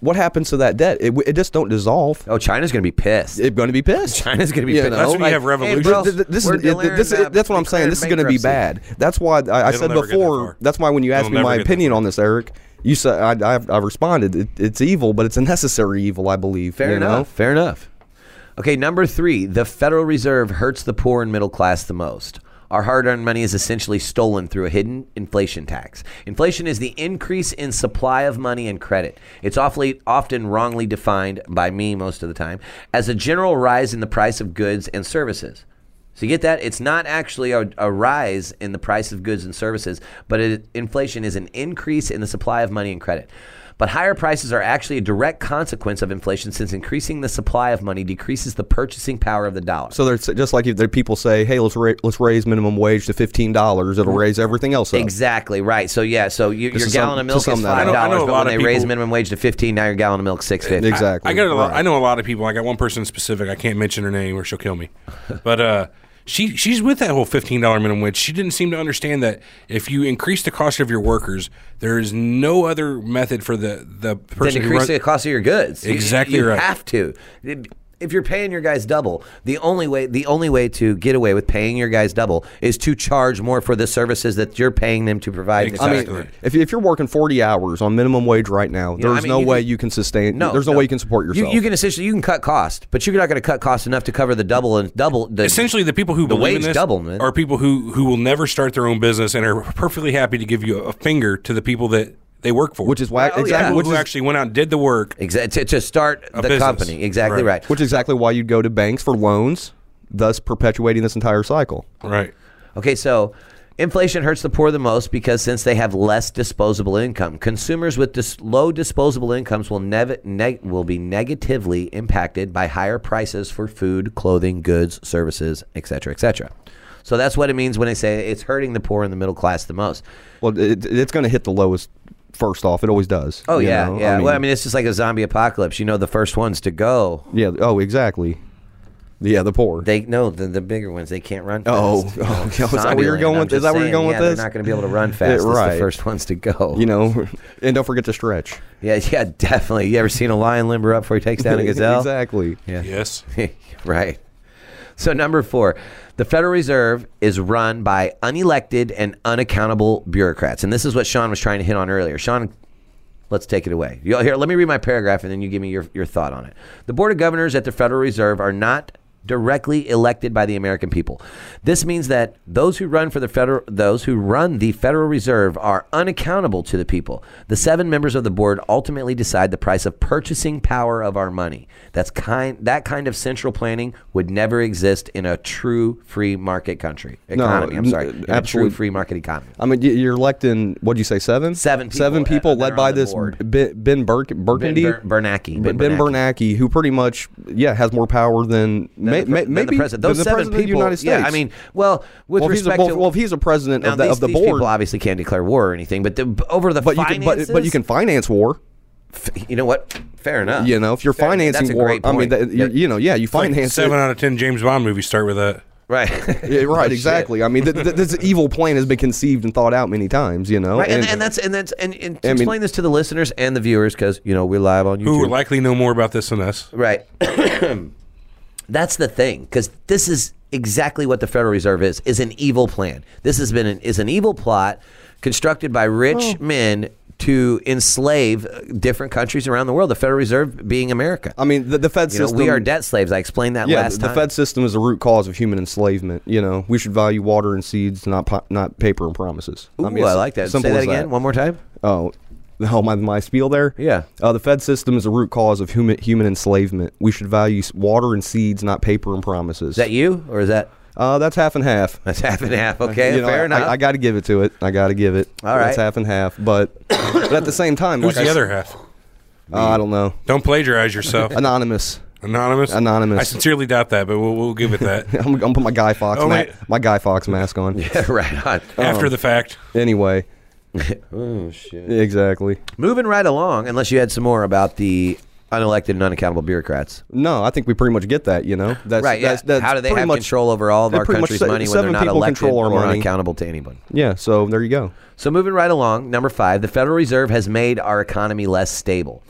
[SPEAKER 8] what happens to that debt? It, w- it just don't dissolve.
[SPEAKER 7] oh, China's gonna be pissed.
[SPEAKER 8] It's going to be
[SPEAKER 7] [LAUGHS]
[SPEAKER 8] pissed.
[SPEAKER 7] China's gonna be
[SPEAKER 8] You
[SPEAKER 7] pissed.
[SPEAKER 8] know? That's
[SPEAKER 4] when you have revolution.
[SPEAKER 7] Hey, bro,
[SPEAKER 8] Th- th- this
[SPEAKER 7] we're
[SPEAKER 8] is, th-
[SPEAKER 7] declaring,
[SPEAKER 8] this is
[SPEAKER 7] uh,
[SPEAKER 8] that's what I'm saying. This is going to be
[SPEAKER 7] bankruptcy.
[SPEAKER 8] bad. That's why I, I
[SPEAKER 4] It'll
[SPEAKER 8] said
[SPEAKER 4] never get that
[SPEAKER 8] before.
[SPEAKER 4] far.
[SPEAKER 8] That's why when you asked
[SPEAKER 4] It'll
[SPEAKER 8] me
[SPEAKER 4] never
[SPEAKER 8] my
[SPEAKER 4] get that
[SPEAKER 8] opinion on this, Eric, you said I, I, I responded. It, it's evil, but it's a necessary evil. I believe.
[SPEAKER 7] Fair
[SPEAKER 8] you know?
[SPEAKER 7] enough. Fair enough. Okay, number three, the Federal Reserve hurts the poor and middle class the most. Our hard earned money is essentially stolen through a hidden inflation tax. Inflation is the increase in supply of money and credit. It's awfully often wrongly defined by me most of the time as a general rise in the price of goods and services. So you get that? It's not actually a, a rise in the price of goods and services, but it, inflation is an increase in the supply of money and credit. But higher prices are actually a direct consequence of inflation since increasing the supply of money decreases the purchasing power of the dollar.
[SPEAKER 8] So there's just like if there people say, "Hey, let's ra- let's raise minimum wage to fifteen dollars. It'll raise everything else up."
[SPEAKER 7] Exactly right. So yeah. So you, your
[SPEAKER 8] is
[SPEAKER 7] gallon
[SPEAKER 8] some-
[SPEAKER 7] of milk
[SPEAKER 8] to
[SPEAKER 7] is
[SPEAKER 8] sum that
[SPEAKER 7] five
[SPEAKER 8] up.
[SPEAKER 4] I know- I
[SPEAKER 7] dollars,
[SPEAKER 4] know a
[SPEAKER 7] but
[SPEAKER 4] lot
[SPEAKER 7] when
[SPEAKER 4] of
[SPEAKER 7] they raise
[SPEAKER 4] people-
[SPEAKER 7] minimum wage to fifteen, now your gallon of milk six fifty.
[SPEAKER 8] Exactly.
[SPEAKER 4] I, got a lot,
[SPEAKER 8] Right.
[SPEAKER 4] I know a lot of people. I got one person specific. I can't mention her name or she'll kill me. But uh, she she's with that whole fifteen dollar minimum wage. She didn't seem to understand that if you increase the cost of your workers, there is no other method for the the
[SPEAKER 7] Then
[SPEAKER 4] person who
[SPEAKER 7] increase
[SPEAKER 4] runs.
[SPEAKER 7] the cost of your goods. You-
[SPEAKER 4] Exactly
[SPEAKER 7] you,
[SPEAKER 4] right.
[SPEAKER 7] have to. If you're paying your guys double, the only way the only way to get away with paying your guys double is to charge more for the services that you're paying them to provide.
[SPEAKER 8] I mean,
[SPEAKER 4] Exactly.
[SPEAKER 8] if, you- if you're working 40 hours on minimum wage right now,
[SPEAKER 7] know, I
[SPEAKER 8] there's
[SPEAKER 7] mean,
[SPEAKER 8] no
[SPEAKER 7] you
[SPEAKER 8] way
[SPEAKER 7] can-
[SPEAKER 8] you can sustain.
[SPEAKER 7] no,
[SPEAKER 8] there's no, way you can support
[SPEAKER 7] You-
[SPEAKER 8] yourself.
[SPEAKER 7] You, can essentially you can cut cost, but you're not going to cut cost enough to cover the double and double. The,
[SPEAKER 4] Essentially, the people who
[SPEAKER 7] the
[SPEAKER 4] believe in
[SPEAKER 7] wage
[SPEAKER 4] this
[SPEAKER 7] double, man.
[SPEAKER 4] are people who, who will never start their own business and are perfectly happy to give you a finger to the people that they work for,
[SPEAKER 8] Which is why
[SPEAKER 7] Oh, yeah.
[SPEAKER 8] exactly
[SPEAKER 4] People
[SPEAKER 8] which
[SPEAKER 4] who
[SPEAKER 8] is
[SPEAKER 4] actually went out and did the work.
[SPEAKER 7] Exactly to, to start
[SPEAKER 4] A
[SPEAKER 7] the
[SPEAKER 4] business.
[SPEAKER 7] company. Exactly
[SPEAKER 4] Right.
[SPEAKER 7] right.
[SPEAKER 8] which is exactly why you'd go to banks for loans, thus perpetuating this entire cycle.
[SPEAKER 4] Right.
[SPEAKER 7] Okay, so inflation hurts the poor the most because since they have less disposable income, consumers with dis- low disposable incomes will nev- neg- will be negatively impacted by higher prices for food, clothing, goods, services, etc., etc. So that's what it means when I say it's hurting the poor and the middle class the most.
[SPEAKER 8] Well, it, it's going to hit the lowest first off. It always does.
[SPEAKER 7] Oh
[SPEAKER 8] you
[SPEAKER 7] yeah,
[SPEAKER 8] know?
[SPEAKER 7] yeah. well, I mean, it's just like a zombie apocalypse. You know, the first ones to go,
[SPEAKER 8] yeah. Oh, exactly. Yeah, the poor.
[SPEAKER 7] they no the, the bigger ones. They can't run. [LAUGHS]
[SPEAKER 8] Oh,
[SPEAKER 7] fast.
[SPEAKER 8] oh, okay. Is that where you're
[SPEAKER 7] Zombieland,
[SPEAKER 8] going
[SPEAKER 7] I'm
[SPEAKER 8] with- is
[SPEAKER 7] just
[SPEAKER 8] that where you're
[SPEAKER 7] saying,
[SPEAKER 8] going with
[SPEAKER 7] yeah,
[SPEAKER 8] this?
[SPEAKER 7] They're not going to be able to [LAUGHS] run fast. It's the
[SPEAKER 8] right.
[SPEAKER 7] first ones to go.
[SPEAKER 8] you know, [LAUGHS] and don't forget to stretch.
[SPEAKER 7] Yeah, [LAUGHS] yeah, definitely. You ever seen a lion limber up before he takes
[SPEAKER 8] [LAUGHS]
[SPEAKER 7] down a gazelle?
[SPEAKER 8] exactly.
[SPEAKER 7] Yeah.
[SPEAKER 4] Yes.
[SPEAKER 7] [LAUGHS] right. So number four, the Federal Reserve is run by unelected and unaccountable bureaucrats, and this is what Sean was trying to hit on earlier. Sean, let's take it away. You, here, let me read my paragraph, and then you give me your, your thought on it. The Board of Governors at the Federal Reserve are not directly elected by the American people. This means that those who run for the federal those who run the Federal Reserve are unaccountable to the people. The seven members of the board ultimately decide the price of purchasing power of our money. That's kind that kind of central planning would never exist in a true free market country economy. I'm
[SPEAKER 8] n-
[SPEAKER 7] sorry. In a true
[SPEAKER 8] absolute-
[SPEAKER 7] free market economy.
[SPEAKER 8] I mean, y- you're electing. What'd you say? Seven.
[SPEAKER 7] Seven people,
[SPEAKER 8] Seven
[SPEAKER 7] uh,
[SPEAKER 8] people,
[SPEAKER 7] that are
[SPEAKER 8] led
[SPEAKER 7] on
[SPEAKER 8] by
[SPEAKER 7] the
[SPEAKER 8] this
[SPEAKER 7] board.
[SPEAKER 8] Ben, ben Burke,
[SPEAKER 7] Ben
[SPEAKER 8] Burgundy.
[SPEAKER 7] Ber- Bernanke.
[SPEAKER 8] Ben, ben Bernanke, who pretty much yeah has more power than, may,
[SPEAKER 7] the pre-
[SPEAKER 8] may,
[SPEAKER 7] than the
[SPEAKER 8] maybe
[SPEAKER 7] president.
[SPEAKER 8] than
[SPEAKER 7] Those
[SPEAKER 8] the
[SPEAKER 7] seven
[SPEAKER 8] president of the
[SPEAKER 7] people-
[SPEAKER 8] United States.
[SPEAKER 7] yeah, I mean, well, with
[SPEAKER 8] well, if he's the-
[SPEAKER 7] respect
[SPEAKER 8] well,
[SPEAKER 7] to-
[SPEAKER 8] well, if he's a president
[SPEAKER 7] Now,
[SPEAKER 8] of the
[SPEAKER 7] these,
[SPEAKER 8] of the
[SPEAKER 7] these
[SPEAKER 8] board,
[SPEAKER 7] people obviously can't declare war or anything, but the, over the
[SPEAKER 8] but you can
[SPEAKER 7] finances,
[SPEAKER 8] but, but you can finance war.
[SPEAKER 7] you know what? Fair enough.
[SPEAKER 8] You know, if you're
[SPEAKER 7] Fair-
[SPEAKER 8] financing
[SPEAKER 7] that's a
[SPEAKER 8] war,
[SPEAKER 7] great
[SPEAKER 8] I mean,
[SPEAKER 7] point.
[SPEAKER 8] that, you, you know, yeah, you
[SPEAKER 4] Like
[SPEAKER 8] finance it.
[SPEAKER 4] seven out of ten James Bond movies start with that.
[SPEAKER 7] [LAUGHS] right.
[SPEAKER 8] [LAUGHS] Yeah,
[SPEAKER 4] [LAUGHS]
[SPEAKER 8] right, exactly. I mean, th- th- this evil plan has been conceived and thought out many times. You know,
[SPEAKER 7] Right, and, and that's and that's and, and to
[SPEAKER 8] I mean-
[SPEAKER 7] explain this to the listeners and the viewers because you know we're live on YouTube.
[SPEAKER 4] Who likely know more about this than us?
[SPEAKER 7] Right. [COUGHS] That's the thing, because this is exactly what the Federal Reserve is: is an evil plan. This has been an, is an evil plot constructed by
[SPEAKER 8] Oh.
[SPEAKER 7] rich men to enslave uh, different countries around the world. The Federal Reserve being America.
[SPEAKER 8] I mean, the, the Fed
[SPEAKER 7] you know,
[SPEAKER 8] system.
[SPEAKER 7] we are debt slaves. I explained that
[SPEAKER 8] Yeah,
[SPEAKER 7] last
[SPEAKER 8] the, the
[SPEAKER 7] time.
[SPEAKER 8] Fed system is the root cause of human enslavement. You know, we should value water and seeds, not po- not paper and promises.
[SPEAKER 7] Ooh, I,
[SPEAKER 8] mean, it's
[SPEAKER 7] like that. Say
[SPEAKER 8] simple
[SPEAKER 7] that
[SPEAKER 8] as
[SPEAKER 7] again one more time.
[SPEAKER 8] Oh, oh my, my spiel there?
[SPEAKER 7] Yeah.
[SPEAKER 8] Uh, the Fed system is a root cause of human, human enslavement. We should value s- water and seeds, not paper and promises.
[SPEAKER 7] Is that you or is that [LAUGHS]
[SPEAKER 8] uh, that's half and half.
[SPEAKER 7] that's half and half? Okay,
[SPEAKER 8] You know,
[SPEAKER 7] fair
[SPEAKER 8] I,
[SPEAKER 7] enough.
[SPEAKER 8] I, got to give it to it. I got to give it.
[SPEAKER 7] All
[SPEAKER 8] That's
[SPEAKER 7] right.
[SPEAKER 8] half and half. But, but at the same time,
[SPEAKER 4] Who's the
[SPEAKER 8] like I s-
[SPEAKER 4] other half?
[SPEAKER 8] Uh, I don't know.
[SPEAKER 4] Don't plagiarize yourself.
[SPEAKER 8] Anonymous. [LAUGHS]
[SPEAKER 4] Anonymous.
[SPEAKER 8] Anonymous. Oh.
[SPEAKER 4] I sincerely doubt that, but we'll, we'll give it
[SPEAKER 8] [LAUGHS]
[SPEAKER 4] that
[SPEAKER 8] I'm, I'm gonna put my Guy Fox
[SPEAKER 4] Oh,
[SPEAKER 8] ma-
[SPEAKER 4] wait.
[SPEAKER 8] my Guy Fox
[SPEAKER 7] [LAUGHS]
[SPEAKER 8] mask on.
[SPEAKER 7] [LAUGHS] right on.
[SPEAKER 8] Oh.
[SPEAKER 4] after the fact.
[SPEAKER 8] Anyway.
[SPEAKER 7] [LAUGHS]
[SPEAKER 8] oh shit. Exactly.
[SPEAKER 7] Moving right along, unless you had some more about the unelected and unaccountable bureaucrats.
[SPEAKER 8] No, I think we pretty much get that.
[SPEAKER 7] [LAUGHS]
[SPEAKER 8] You know, that's,
[SPEAKER 7] right.
[SPEAKER 8] That's,
[SPEAKER 7] yeah.
[SPEAKER 8] that's
[SPEAKER 7] How do they
[SPEAKER 8] pretty
[SPEAKER 7] have
[SPEAKER 8] much,
[SPEAKER 7] control over all of
[SPEAKER 8] they
[SPEAKER 7] our
[SPEAKER 8] pretty much
[SPEAKER 7] country's
[SPEAKER 8] se-
[SPEAKER 7] money when
[SPEAKER 8] seven
[SPEAKER 7] they're not
[SPEAKER 8] people
[SPEAKER 7] elected
[SPEAKER 8] control our
[SPEAKER 7] or
[SPEAKER 8] money.
[SPEAKER 7] accountable to anyone?
[SPEAKER 8] Yeah. So there you go.
[SPEAKER 7] So moving right along, number five, the Federal Reserve has made our economy less stable.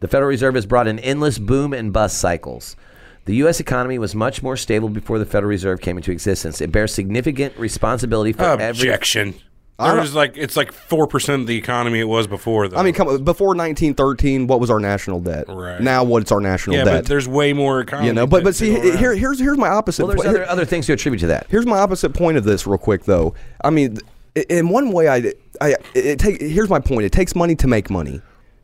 [SPEAKER 7] The Federal Reserve has brought in endless boom and bust cycles. The U.S. economy was much more stable before the Federal Reserve came into existence. It bears significant responsibility for every
[SPEAKER 4] Objection. There was like it's like four percent of the economy it was before. Though.
[SPEAKER 8] I mean, come on, before 1913, what was our national debt?
[SPEAKER 4] Right.
[SPEAKER 8] Now, what's our national
[SPEAKER 4] yeah, but
[SPEAKER 8] debt?
[SPEAKER 4] there's way more economy.
[SPEAKER 8] you know, but
[SPEAKER 4] to-
[SPEAKER 8] but
[SPEAKER 4] to
[SPEAKER 8] see,
[SPEAKER 4] go around.
[SPEAKER 8] here, here's here's my opposite.
[SPEAKER 7] Well, there's
[SPEAKER 8] point.
[SPEAKER 7] other, other things to attribute to that.
[SPEAKER 8] here's my opposite point of this, real quick though. I mean, i- in one way, I, I it take, here's my point. It takes money to make money.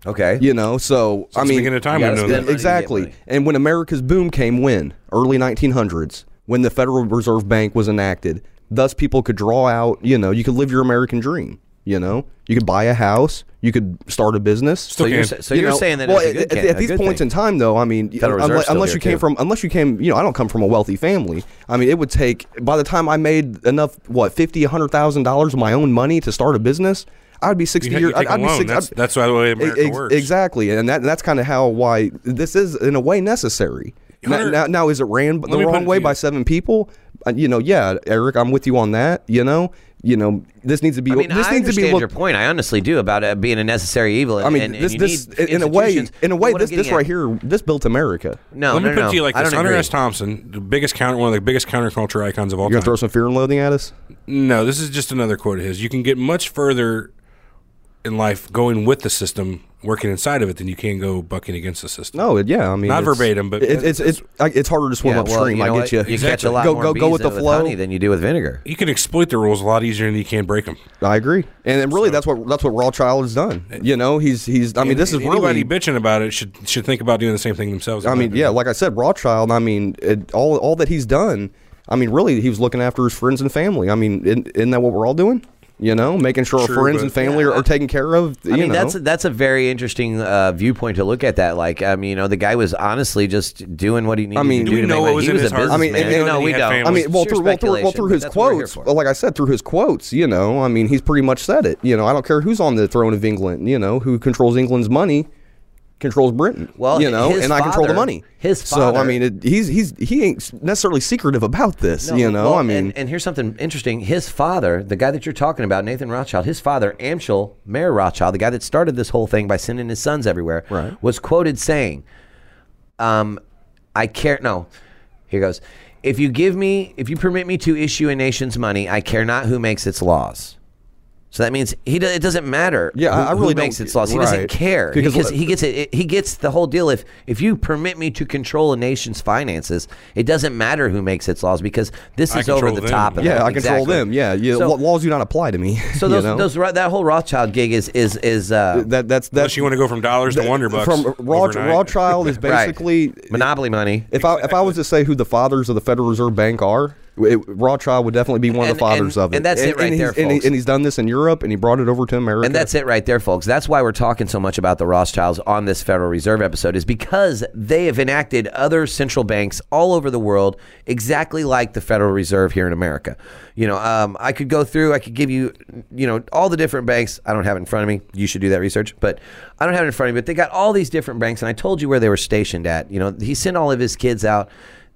[SPEAKER 7] Okay.
[SPEAKER 8] You know, so I
[SPEAKER 4] Since the
[SPEAKER 8] mean,
[SPEAKER 4] beginning of time,
[SPEAKER 7] You
[SPEAKER 4] we've
[SPEAKER 7] gotta
[SPEAKER 4] known
[SPEAKER 7] spend
[SPEAKER 4] that.
[SPEAKER 7] money to get
[SPEAKER 8] exactly.
[SPEAKER 7] money.
[SPEAKER 8] And when America's boom came, when early 1900s, when the Federal Reserve Bank was enacted, thus people could draw out. You know, you could live your American dream. You know, you could buy a house, you could start a business.
[SPEAKER 7] So you're,
[SPEAKER 4] Okay.
[SPEAKER 7] sa- so
[SPEAKER 8] You
[SPEAKER 7] you're
[SPEAKER 8] know,
[SPEAKER 7] saying that
[SPEAKER 8] well,
[SPEAKER 7] it's a
[SPEAKER 8] at-
[SPEAKER 7] good
[SPEAKER 8] at,
[SPEAKER 7] can-
[SPEAKER 8] at
[SPEAKER 7] a
[SPEAKER 8] these
[SPEAKER 7] good
[SPEAKER 8] points
[SPEAKER 7] thing.
[SPEAKER 8] in time, though, I mean,
[SPEAKER 7] Federal Reserve's
[SPEAKER 8] unless,
[SPEAKER 7] still
[SPEAKER 8] unless
[SPEAKER 7] there,
[SPEAKER 8] you came
[SPEAKER 7] too.
[SPEAKER 8] from, unless you came, you know, I don't come from a wealthy family. I mean, it would take by the time I made enough, what fifty, a hundred thousand dollars of my own money to start a business, I'd be sixty
[SPEAKER 4] You ha- you
[SPEAKER 8] years. I'd,
[SPEAKER 4] take a
[SPEAKER 8] I'd be
[SPEAKER 4] loan.
[SPEAKER 8] six.
[SPEAKER 4] That's-
[SPEAKER 8] I'd-
[SPEAKER 4] that's the way America
[SPEAKER 8] ex-
[SPEAKER 4] works.
[SPEAKER 8] Exactly, and that, that's kind of how why this is in a way necessary. Now,
[SPEAKER 4] Hunter-
[SPEAKER 8] now, now, is it ran the
[SPEAKER 4] me put
[SPEAKER 8] wrong
[SPEAKER 4] it
[SPEAKER 8] way
[SPEAKER 4] to you.
[SPEAKER 8] by seven people? Uh, you know, yeah, Eric, I'm with you on that. You know, you know, this needs to be.
[SPEAKER 7] I mean,
[SPEAKER 8] this
[SPEAKER 7] I
[SPEAKER 8] needs to
[SPEAKER 7] understand
[SPEAKER 8] be looked.
[SPEAKER 7] your point. I honestly do about it being a necessary evil. And,
[SPEAKER 8] I mean,
[SPEAKER 7] and- and
[SPEAKER 8] this,
[SPEAKER 7] you
[SPEAKER 8] this
[SPEAKER 7] need
[SPEAKER 8] in a way,
[SPEAKER 7] institutions.
[SPEAKER 8] in a
[SPEAKER 7] But
[SPEAKER 8] way,
[SPEAKER 7] what I'm
[SPEAKER 8] this, this
[SPEAKER 7] getting
[SPEAKER 8] right
[SPEAKER 7] at-
[SPEAKER 8] here, this built America.
[SPEAKER 7] No,
[SPEAKER 4] Let me
[SPEAKER 7] no,
[SPEAKER 4] put
[SPEAKER 7] no.
[SPEAKER 4] it to you like
[SPEAKER 7] I
[SPEAKER 4] this:
[SPEAKER 7] don't
[SPEAKER 4] Hunter
[SPEAKER 7] agree.
[SPEAKER 4] S. Thompson, the biggest counter, one of the biggest counterculture icons of all
[SPEAKER 8] You're gonna
[SPEAKER 4] time.
[SPEAKER 8] throw some fear and loathing at us?
[SPEAKER 4] No, this is just another quote of his. You can get much further in life going with the system, working inside of it, than you can go bucking against the system.
[SPEAKER 8] No, it, yeah, I mean
[SPEAKER 4] Not
[SPEAKER 8] it's-
[SPEAKER 4] verbatim, but
[SPEAKER 8] it, it's it's I- it's harder to swim
[SPEAKER 7] Yeah, well,
[SPEAKER 8] upstream.
[SPEAKER 7] you know
[SPEAKER 8] I
[SPEAKER 7] what?
[SPEAKER 8] get you.
[SPEAKER 7] You catch a lot
[SPEAKER 8] go
[SPEAKER 7] more
[SPEAKER 8] go
[SPEAKER 7] bees
[SPEAKER 8] go with the
[SPEAKER 7] in
[SPEAKER 8] flow.
[SPEAKER 7] honey than you do with vinegar.
[SPEAKER 4] You can exploit the rules a lot easier than you can break them.
[SPEAKER 8] I agree, and then really that's what that's what Raw Child has done. You know, he's he's. I mean, this is
[SPEAKER 4] anybody
[SPEAKER 8] really.
[SPEAKER 4] bitching about it should should think about doing the same thing themselves.
[SPEAKER 8] I mean, yeah, like I said, Raw Child. I mean, it, all all that he's done. I mean, really, he was looking after his friends and family. I mean, isn't, isn't that what we're all doing? You know, making sure
[SPEAKER 4] True,
[SPEAKER 8] our friends
[SPEAKER 4] but-
[SPEAKER 8] and family are, are taken care of. You
[SPEAKER 7] I mean,
[SPEAKER 8] know?
[SPEAKER 7] that's that's a very interesting uh, viewpoint to look at that. Like, I mean, you know, the guy was honestly just doing what he needed
[SPEAKER 8] mean-
[SPEAKER 7] to
[SPEAKER 8] Do
[SPEAKER 7] do.
[SPEAKER 8] we
[SPEAKER 7] to
[SPEAKER 4] know
[SPEAKER 7] make
[SPEAKER 4] what
[SPEAKER 7] money.
[SPEAKER 4] was
[SPEAKER 7] he
[SPEAKER 4] in
[SPEAKER 7] was
[SPEAKER 4] his
[SPEAKER 7] a
[SPEAKER 4] heart?
[SPEAKER 7] business
[SPEAKER 8] I mean, and-
[SPEAKER 7] man.
[SPEAKER 8] and-
[SPEAKER 7] no,
[SPEAKER 4] and
[SPEAKER 7] we
[SPEAKER 4] he had
[SPEAKER 7] don't.
[SPEAKER 4] fame.
[SPEAKER 8] I
[SPEAKER 4] It was
[SPEAKER 8] mean, well,
[SPEAKER 7] sheer
[SPEAKER 8] through, well, through, well,
[SPEAKER 7] speculation,
[SPEAKER 8] through
[SPEAKER 7] but
[SPEAKER 8] his
[SPEAKER 7] that's what we're here
[SPEAKER 8] quotes,
[SPEAKER 7] for.
[SPEAKER 8] like I said, through his quotes, you know, I mean, he's pretty much said it. You know, I don't care who's on the throne of England, you know, who controls England's money controls Britain.
[SPEAKER 7] Well,
[SPEAKER 8] you know,
[SPEAKER 7] his
[SPEAKER 8] and I control the
[SPEAKER 7] father-
[SPEAKER 8] money.
[SPEAKER 7] his
[SPEAKER 8] so I
[SPEAKER 7] father-
[SPEAKER 8] mean, it, he's he's he ain't necessarily secretive about this.
[SPEAKER 7] No,
[SPEAKER 8] you know,
[SPEAKER 7] well,
[SPEAKER 8] I mean,
[SPEAKER 7] and, and here's something interesting. His father, the guy that you're talking about, Nathan Rothschild, his father, Amschel, Mayor Rothschild, the guy that started this whole thing by sending his sons everywhere,
[SPEAKER 8] Right.
[SPEAKER 7] was quoted saying, um, I care. No, here goes. If you give me, if you permit me to issue a nation's money, I care not who makes its laws. So that means he do, it doesn't matter.
[SPEAKER 8] Yeah, I-
[SPEAKER 7] who,
[SPEAKER 8] I
[SPEAKER 7] who
[SPEAKER 8] really
[SPEAKER 7] makes
[SPEAKER 8] don't-
[SPEAKER 7] its laws. He doesn't
[SPEAKER 8] right.
[SPEAKER 7] care
[SPEAKER 8] Because-
[SPEAKER 7] because he gets it, it- He gets the whole deal. If if you permit me to control a nation's finances, it doesn't matter who makes its laws because this
[SPEAKER 4] I
[SPEAKER 7] is over
[SPEAKER 4] control
[SPEAKER 7] the
[SPEAKER 4] them.
[SPEAKER 7] top. Of
[SPEAKER 8] yeah,
[SPEAKER 7] that.
[SPEAKER 8] I control
[SPEAKER 7] Exactly.
[SPEAKER 8] them. Yeah, yeah,
[SPEAKER 7] So,
[SPEAKER 8] law- laws do not apply to me.
[SPEAKER 7] so
[SPEAKER 8] [LAUGHS] you
[SPEAKER 7] those,
[SPEAKER 8] know?
[SPEAKER 7] those Ro- that whole Rothschild gig is is is uh,
[SPEAKER 8] that
[SPEAKER 4] unless
[SPEAKER 8] that's that's
[SPEAKER 4] you want to go from dollars to wonder bucks
[SPEAKER 8] from Raw
[SPEAKER 4] overnight.
[SPEAKER 8] Raw Trial is
[SPEAKER 7] [LAUGHS] right.
[SPEAKER 8] basically
[SPEAKER 7] monopoly money.
[SPEAKER 8] If I if I was to say who the fathers of the Federal Reserve Bank are, it, Rothschild would definitely be one of
[SPEAKER 7] And-
[SPEAKER 8] the fathers
[SPEAKER 7] and-
[SPEAKER 8] of it.
[SPEAKER 7] and that's it right
[SPEAKER 8] he's-
[SPEAKER 7] there,
[SPEAKER 8] And,
[SPEAKER 7] folks.
[SPEAKER 8] he, and he's done this in Europe, and he brought it over to America.
[SPEAKER 7] And that's it right there, folks. That's why we're talking so much about the Rothschilds on this Federal Reserve episode, is because they have enacted other central banks all over the world exactly like the Federal Reserve here in America. You know, um, I could go through, I could give you, you know, all the different banks. I don't have it in front of me. You should do that research, but I don't have it in front of me. But they got all these different banks, and I told you where they were stationed at. You know, he sent all of his kids out.